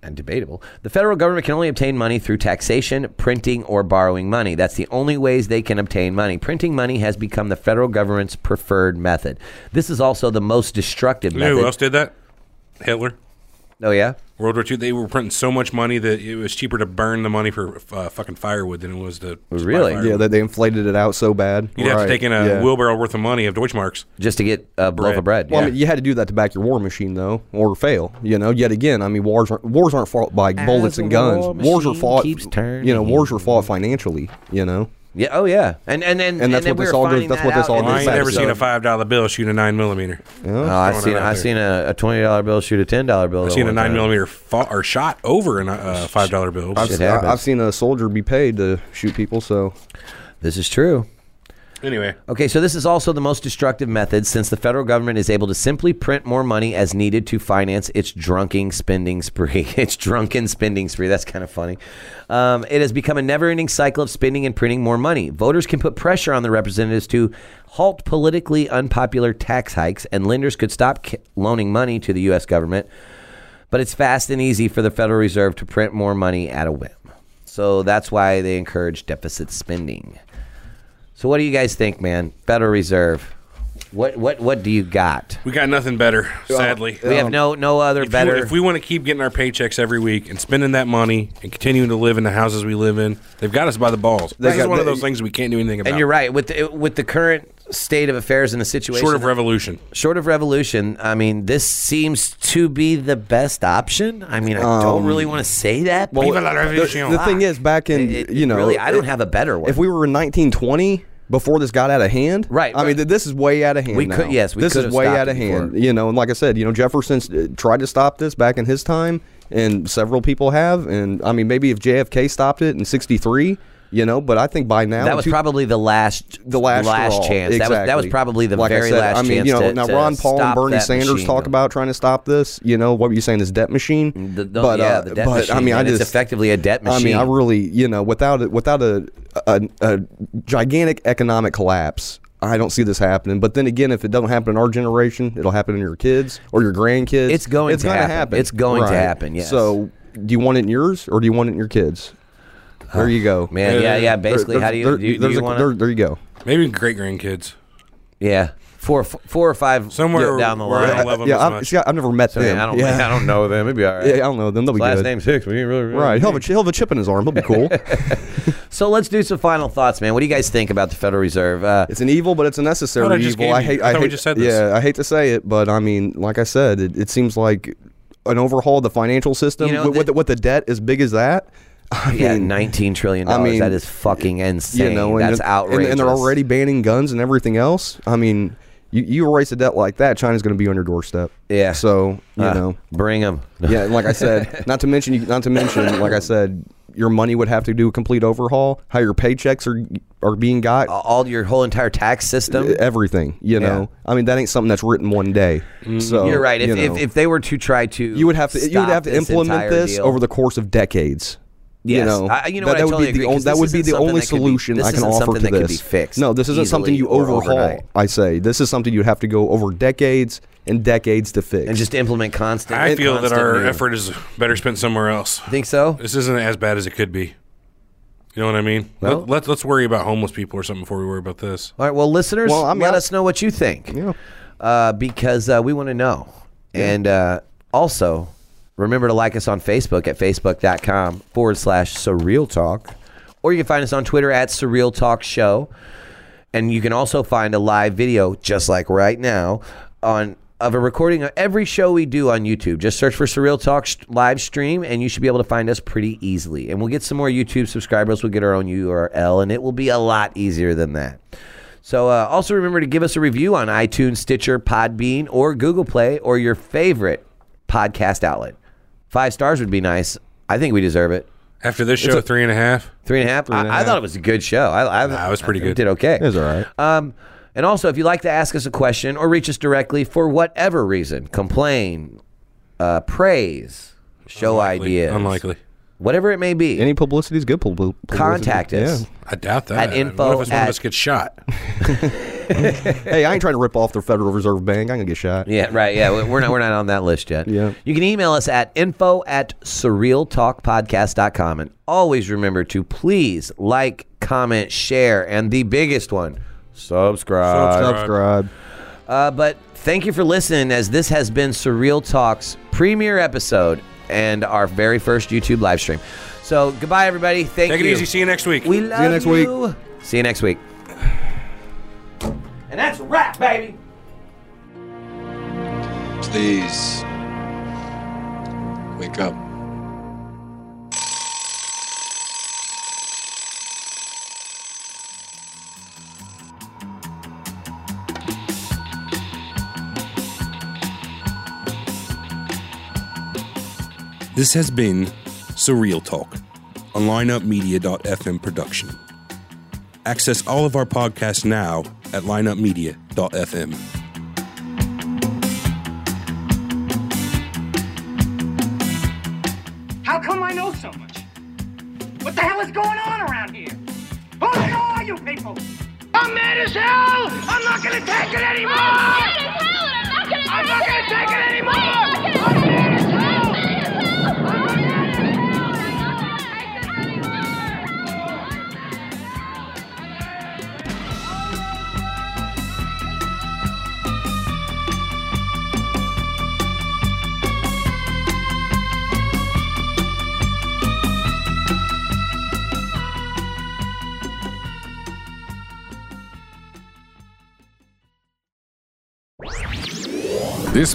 [SPEAKER 7] And debatable. The federal government can only obtain money through taxation, printing, or borrowing money. That's the only ways they can obtain money. Printing money has become the federal government's preferred method. This is also the most destructive
[SPEAKER 4] You know who
[SPEAKER 7] method.
[SPEAKER 4] else did that? Hitler.
[SPEAKER 7] Oh, yeah?
[SPEAKER 4] World War II, they were printing so much money that it was cheaper to burn the money for uh, fucking firewood than it was to buy
[SPEAKER 7] Really?
[SPEAKER 4] firewood.
[SPEAKER 8] Yeah, that they inflated it out so bad.
[SPEAKER 4] You'd have to
[SPEAKER 8] Right,
[SPEAKER 4] take in a
[SPEAKER 8] yeah.
[SPEAKER 4] wheelbarrow worth of money of Deutschmarks.
[SPEAKER 7] Just to get a loaf of bread.
[SPEAKER 8] Well,
[SPEAKER 7] yeah.
[SPEAKER 8] I mean, you had to do that to back your war machine, though, or fail. You know, yet again, I mean, wars aren't wars aren't fought by bullets
[SPEAKER 7] the
[SPEAKER 8] and guns.
[SPEAKER 7] war
[SPEAKER 8] Wars are
[SPEAKER 7] machine
[SPEAKER 8] fought.
[SPEAKER 7] keeps
[SPEAKER 8] You know, wars are fought financially. You know,
[SPEAKER 7] Yeah. Oh, yeah. And and then
[SPEAKER 8] And that's
[SPEAKER 7] then
[SPEAKER 8] what
[SPEAKER 7] we
[SPEAKER 8] this
[SPEAKER 7] were
[SPEAKER 8] all goes-
[SPEAKER 7] finding
[SPEAKER 8] that's
[SPEAKER 7] that
[SPEAKER 8] what this
[SPEAKER 7] out
[SPEAKER 8] all
[SPEAKER 7] in
[SPEAKER 8] goes
[SPEAKER 4] I ain't
[SPEAKER 8] back
[SPEAKER 4] never
[SPEAKER 8] episode.
[SPEAKER 4] seen a five dollar bill shoot a nine millimeter.
[SPEAKER 7] Oh,
[SPEAKER 4] Throwing
[SPEAKER 7] I've
[SPEAKER 4] it
[SPEAKER 7] seen
[SPEAKER 4] out
[SPEAKER 7] I
[SPEAKER 4] there.
[SPEAKER 7] seen a, a twenty dollar bill shoot a ten dollar bill.
[SPEAKER 4] I've seen a nine millimeter fa- or shot over a uh, five dollar bill.
[SPEAKER 8] I've,
[SPEAKER 7] Shit
[SPEAKER 8] se- I-
[SPEAKER 7] happens.
[SPEAKER 8] I've seen a soldier be paid to shoot people. So
[SPEAKER 7] This is true.
[SPEAKER 4] Anyway,
[SPEAKER 7] Okay, so this is also the most destructive method since the federal government is able to simply print more money as needed to finance its drunken spending spree. [LAUGHS] its drunken spending spree. That's kind of funny. Um, it has become a never ending cycle of spending and printing more money. Voters can put pressure on the representatives to halt politically unpopular tax hikes, and lenders could stop ca- loaning money to the U.S. government. But it's fast and easy for the Federal Reserve to print more money at a whim. So that's why they encourage deficit spending. So what do you guys think, man? Federal Reserve. What what what do you got?
[SPEAKER 4] we got nothing better. Sadly,
[SPEAKER 7] We have no no other
[SPEAKER 4] Um, If you-
[SPEAKER 7] better.
[SPEAKER 4] If we want to keep getting our paychecks every week and spending that money and continuing to live in the houses we live in, they've got us by the balls. This is
[SPEAKER 8] got-
[SPEAKER 4] one of
[SPEAKER 8] they-
[SPEAKER 4] those things we can't do anything about.
[SPEAKER 7] and you're right with the, with the current state of affairs and the situation.
[SPEAKER 4] Short of revolution.
[SPEAKER 7] short of revolution, I mean, this seems to be the best option. I mean, I don't really want to say that. but
[SPEAKER 4] Viva la revolution.
[SPEAKER 8] Um, the thing is, back in
[SPEAKER 7] It- it-
[SPEAKER 8] you know,
[SPEAKER 7] really, I don't have a better one.
[SPEAKER 8] If we were in 1920. Before this got out of hand,
[SPEAKER 7] Right,
[SPEAKER 8] I mean,
[SPEAKER 7] right.
[SPEAKER 8] th- this is way out of hand.
[SPEAKER 7] We could-
[SPEAKER 8] now.
[SPEAKER 7] yes, we
[SPEAKER 8] this
[SPEAKER 7] could have
[SPEAKER 8] is way
[SPEAKER 7] stopped
[SPEAKER 8] out of
[SPEAKER 7] it
[SPEAKER 8] hand.
[SPEAKER 7] before.
[SPEAKER 8] You know, and like I said, you know, Jefferson uh, tried to stop this back in his time, and several people have. And I mean, maybe if JFK stopped it in '63, you know, but I think by now
[SPEAKER 7] that was
[SPEAKER 8] two-
[SPEAKER 7] probably the last
[SPEAKER 8] the last, straw.
[SPEAKER 7] chance.
[SPEAKER 8] Exactly.
[SPEAKER 7] That was that was probably the
[SPEAKER 8] like
[SPEAKER 7] very
[SPEAKER 8] I said,
[SPEAKER 7] last
[SPEAKER 8] I mean,
[SPEAKER 7] chance.
[SPEAKER 8] you know,
[SPEAKER 7] to-
[SPEAKER 8] now
[SPEAKER 7] to
[SPEAKER 8] Ron Paul and
[SPEAKER 7] stop
[SPEAKER 8] Bernie
[SPEAKER 7] that
[SPEAKER 8] Sanders
[SPEAKER 7] machine. Mm,
[SPEAKER 8] talk about trying to stop this. You know what were you saying? This debt machine.
[SPEAKER 7] The- the-
[SPEAKER 8] but
[SPEAKER 7] yeah,
[SPEAKER 8] uh,
[SPEAKER 7] the debt
[SPEAKER 8] but
[SPEAKER 7] machine,
[SPEAKER 8] I mean, I
[SPEAKER 7] man. It's
[SPEAKER 8] just
[SPEAKER 7] effectively a debt
[SPEAKER 8] I mean, I
[SPEAKER 7] machine.
[SPEAKER 8] really, you know, without it, without a a, a gigantic economic collapse. I don't see this happening. But then again, if it doesn't happen in our generation, it'll happen in your kids or your grandkids.
[SPEAKER 7] It's going
[SPEAKER 8] It's
[SPEAKER 7] to
[SPEAKER 8] gonna
[SPEAKER 7] happen. It's going to happen, yes.
[SPEAKER 8] So, do you want it in yours or do you want it in your kids? There you go,
[SPEAKER 7] Ah, man, yeah, yeah, basically, how do you- do you- do
[SPEAKER 8] there's
[SPEAKER 7] you
[SPEAKER 8] a-
[SPEAKER 7] wanna-
[SPEAKER 8] there, there you go.
[SPEAKER 4] Maybe great grandkids.
[SPEAKER 7] Yeah, four, four or five
[SPEAKER 4] Somewhere
[SPEAKER 7] yeah, down the
[SPEAKER 4] where I
[SPEAKER 7] line.
[SPEAKER 4] don't love them
[SPEAKER 8] yeah,
[SPEAKER 4] as
[SPEAKER 8] I'm-
[SPEAKER 4] much.
[SPEAKER 8] see, I- I've never met
[SPEAKER 7] I, mean,
[SPEAKER 8] them.
[SPEAKER 7] I don't,
[SPEAKER 8] yeah.
[SPEAKER 7] I don't know them. It'd be all right.
[SPEAKER 8] yeah, I don't know them. They'll be
[SPEAKER 7] His last
[SPEAKER 8] good.
[SPEAKER 7] name's Hicks. We ain't really, really
[SPEAKER 8] Right, he'll have, a, he'll have a chip in his arm. He'll
[SPEAKER 7] [LAUGHS]
[SPEAKER 8] be cool.
[SPEAKER 7] So let's do some final thoughts, man. What do you guys think about the Federal Reserve? Uh,
[SPEAKER 8] It's an evil, but it's a necessary
[SPEAKER 4] Thought I just
[SPEAKER 8] evil.
[SPEAKER 4] gave
[SPEAKER 8] I
[SPEAKER 4] you-
[SPEAKER 8] hate.
[SPEAKER 4] I
[SPEAKER 8] I,
[SPEAKER 4] thought
[SPEAKER 8] hate
[SPEAKER 4] we just said this.
[SPEAKER 8] Yeah, I hate to say it, but I mean, like I said, it, it seems like an overhaul of the financial system
[SPEAKER 7] You know,
[SPEAKER 8] with, with,
[SPEAKER 7] the-
[SPEAKER 8] the, with the debt as big as that. I
[SPEAKER 7] yeah,
[SPEAKER 8] mean,
[SPEAKER 7] nineteen trillion
[SPEAKER 8] I
[SPEAKER 7] dollars.
[SPEAKER 8] mean,
[SPEAKER 7] that is fucking insane.
[SPEAKER 8] You know, and
[SPEAKER 7] That's
[SPEAKER 8] then- and-
[SPEAKER 7] outrageous.
[SPEAKER 8] And they're already banning guns and everything else. I mean, you, you erase a debt like that, China's going to be on your doorstep.
[SPEAKER 7] Yeah.
[SPEAKER 8] So you
[SPEAKER 7] Uh,
[SPEAKER 8] know,
[SPEAKER 7] bring them. [LAUGHS]
[SPEAKER 8] yeah, and like I said, not to mention, you- not to mention, like I said, your money would have to do a complete overhaul. How your paychecks are are being got. e,
[SPEAKER 7] all your whole entire tax system.
[SPEAKER 8] everything.
[SPEAKER 7] Yeah.
[SPEAKER 8] You
[SPEAKER 7] Mm,
[SPEAKER 8] know, I mean, that ain't something that's written one day. So
[SPEAKER 7] You're right. If,
[SPEAKER 8] oh, you know,
[SPEAKER 7] if, if they were to try to,
[SPEAKER 8] you would have to, you would
[SPEAKER 7] stop
[SPEAKER 8] have to
[SPEAKER 7] this
[SPEAKER 8] implement
[SPEAKER 7] entire
[SPEAKER 8] this
[SPEAKER 7] deal-
[SPEAKER 8] over the course of decades. You
[SPEAKER 7] Yes.
[SPEAKER 8] know,
[SPEAKER 7] I- you know
[SPEAKER 8] that,
[SPEAKER 7] what, I
[SPEAKER 8] that would
[SPEAKER 7] totally
[SPEAKER 8] be the
[SPEAKER 7] agree,
[SPEAKER 8] only,
[SPEAKER 7] 'cause
[SPEAKER 8] that
[SPEAKER 7] this
[SPEAKER 8] would be
[SPEAKER 7] isn't
[SPEAKER 8] the
[SPEAKER 7] something
[SPEAKER 8] only
[SPEAKER 7] that could be-
[SPEAKER 8] solution
[SPEAKER 7] this
[SPEAKER 8] I can
[SPEAKER 7] isn't
[SPEAKER 8] offer
[SPEAKER 7] something
[SPEAKER 8] to
[SPEAKER 7] that could
[SPEAKER 8] this.
[SPEAKER 7] be fixed
[SPEAKER 8] No, this isn't something
[SPEAKER 7] easily
[SPEAKER 8] you
[SPEAKER 7] or
[SPEAKER 8] overhaul.
[SPEAKER 7] overnight.
[SPEAKER 8] I say this is something you would have to go over decades and decades to fix.
[SPEAKER 7] and just implement constant.
[SPEAKER 4] I feel that
[SPEAKER 7] constant
[SPEAKER 4] our
[SPEAKER 7] new-
[SPEAKER 4] effort is better spent somewhere else.
[SPEAKER 7] Think so?
[SPEAKER 4] This isn't as bad as it could be. You know what I mean?
[SPEAKER 7] Well-
[SPEAKER 4] let, let, let's worry about homeless people or something before we worry about this.
[SPEAKER 7] All right. Well, listeners,
[SPEAKER 8] Well, I mean,
[SPEAKER 7] let
[SPEAKER 8] I-
[SPEAKER 7] us know what you think.
[SPEAKER 8] Yeah.
[SPEAKER 7] Uh, because uh, we want to know. And uh, also, remember to like us on Facebook at facebook.com forward slash surreal talk. Or you can find us on Twitter at surreal talk show. And you can also find a live video, just like right now, on of a recording of every show we do on YouTube. Just search for Surreal Talk sh- live stream, and you should be able to find us pretty easily. And we'll get some more YouTube subscribers. We'll get our own URL, and it will be a lot easier than that. So uh, also remember to give us a review on iTunes, Stitcher, Podbean, or Google Play, or your favorite podcast outlet. Five stars would be nice. I think we deserve it.
[SPEAKER 4] After this show, three and a half.
[SPEAKER 7] Three and a half.
[SPEAKER 8] and a
[SPEAKER 7] I, I
[SPEAKER 8] half.
[SPEAKER 7] thought it was a good show. I, I
[SPEAKER 4] Nah, it was pretty
[SPEAKER 7] I
[SPEAKER 4] good.
[SPEAKER 7] Did okay.
[SPEAKER 8] it was all right.
[SPEAKER 7] Um, and also, if you'd like to ask us a question or reach us directly for whatever reason, complain, uh, praise, show ideas,
[SPEAKER 4] Unlikely.
[SPEAKER 7] whatever it may be,
[SPEAKER 8] Any publicity is good pub- publicity.
[SPEAKER 7] contact us.
[SPEAKER 8] Yeah.
[SPEAKER 4] I doubt that.
[SPEAKER 7] At info
[SPEAKER 4] what if it's one
[SPEAKER 7] at-
[SPEAKER 4] of us gets shot?
[SPEAKER 8] Hey, I ain't trying to rip off their Federal Reserve Bank. I'm gonna get shot.
[SPEAKER 7] Yeah, right. Yeah, we- we're not we're not on that list yet.
[SPEAKER 8] Yeah.
[SPEAKER 7] You can email us at info at surrealtalkpodcast.com. And always remember to please like, comment, share, and the biggest one, subscribe.
[SPEAKER 8] Subscribe.
[SPEAKER 7] Uh, but thank you for listening, as this has been Surreal Talk's premiere episode and our very first YouTube live stream. So goodbye, everybody. Thank
[SPEAKER 4] Take
[SPEAKER 7] you.
[SPEAKER 4] it easy. See you next week.
[SPEAKER 7] We love
[SPEAKER 8] next week.
[SPEAKER 7] you. See you next week. And that's a wrap, baby.
[SPEAKER 10] Please. Wake up.
[SPEAKER 9] This has been Surreal Talk, a lineupmedia.fm production. Access all of our podcasts now at lineupmedia.fm.
[SPEAKER 11] How come I know so much? What the hell is going on around here? Who the hell are you people? I'm mad as hell! I'm not gonna take it anymore! I'm not gonna take it anymore! I'm mad as hell!
[SPEAKER 1] This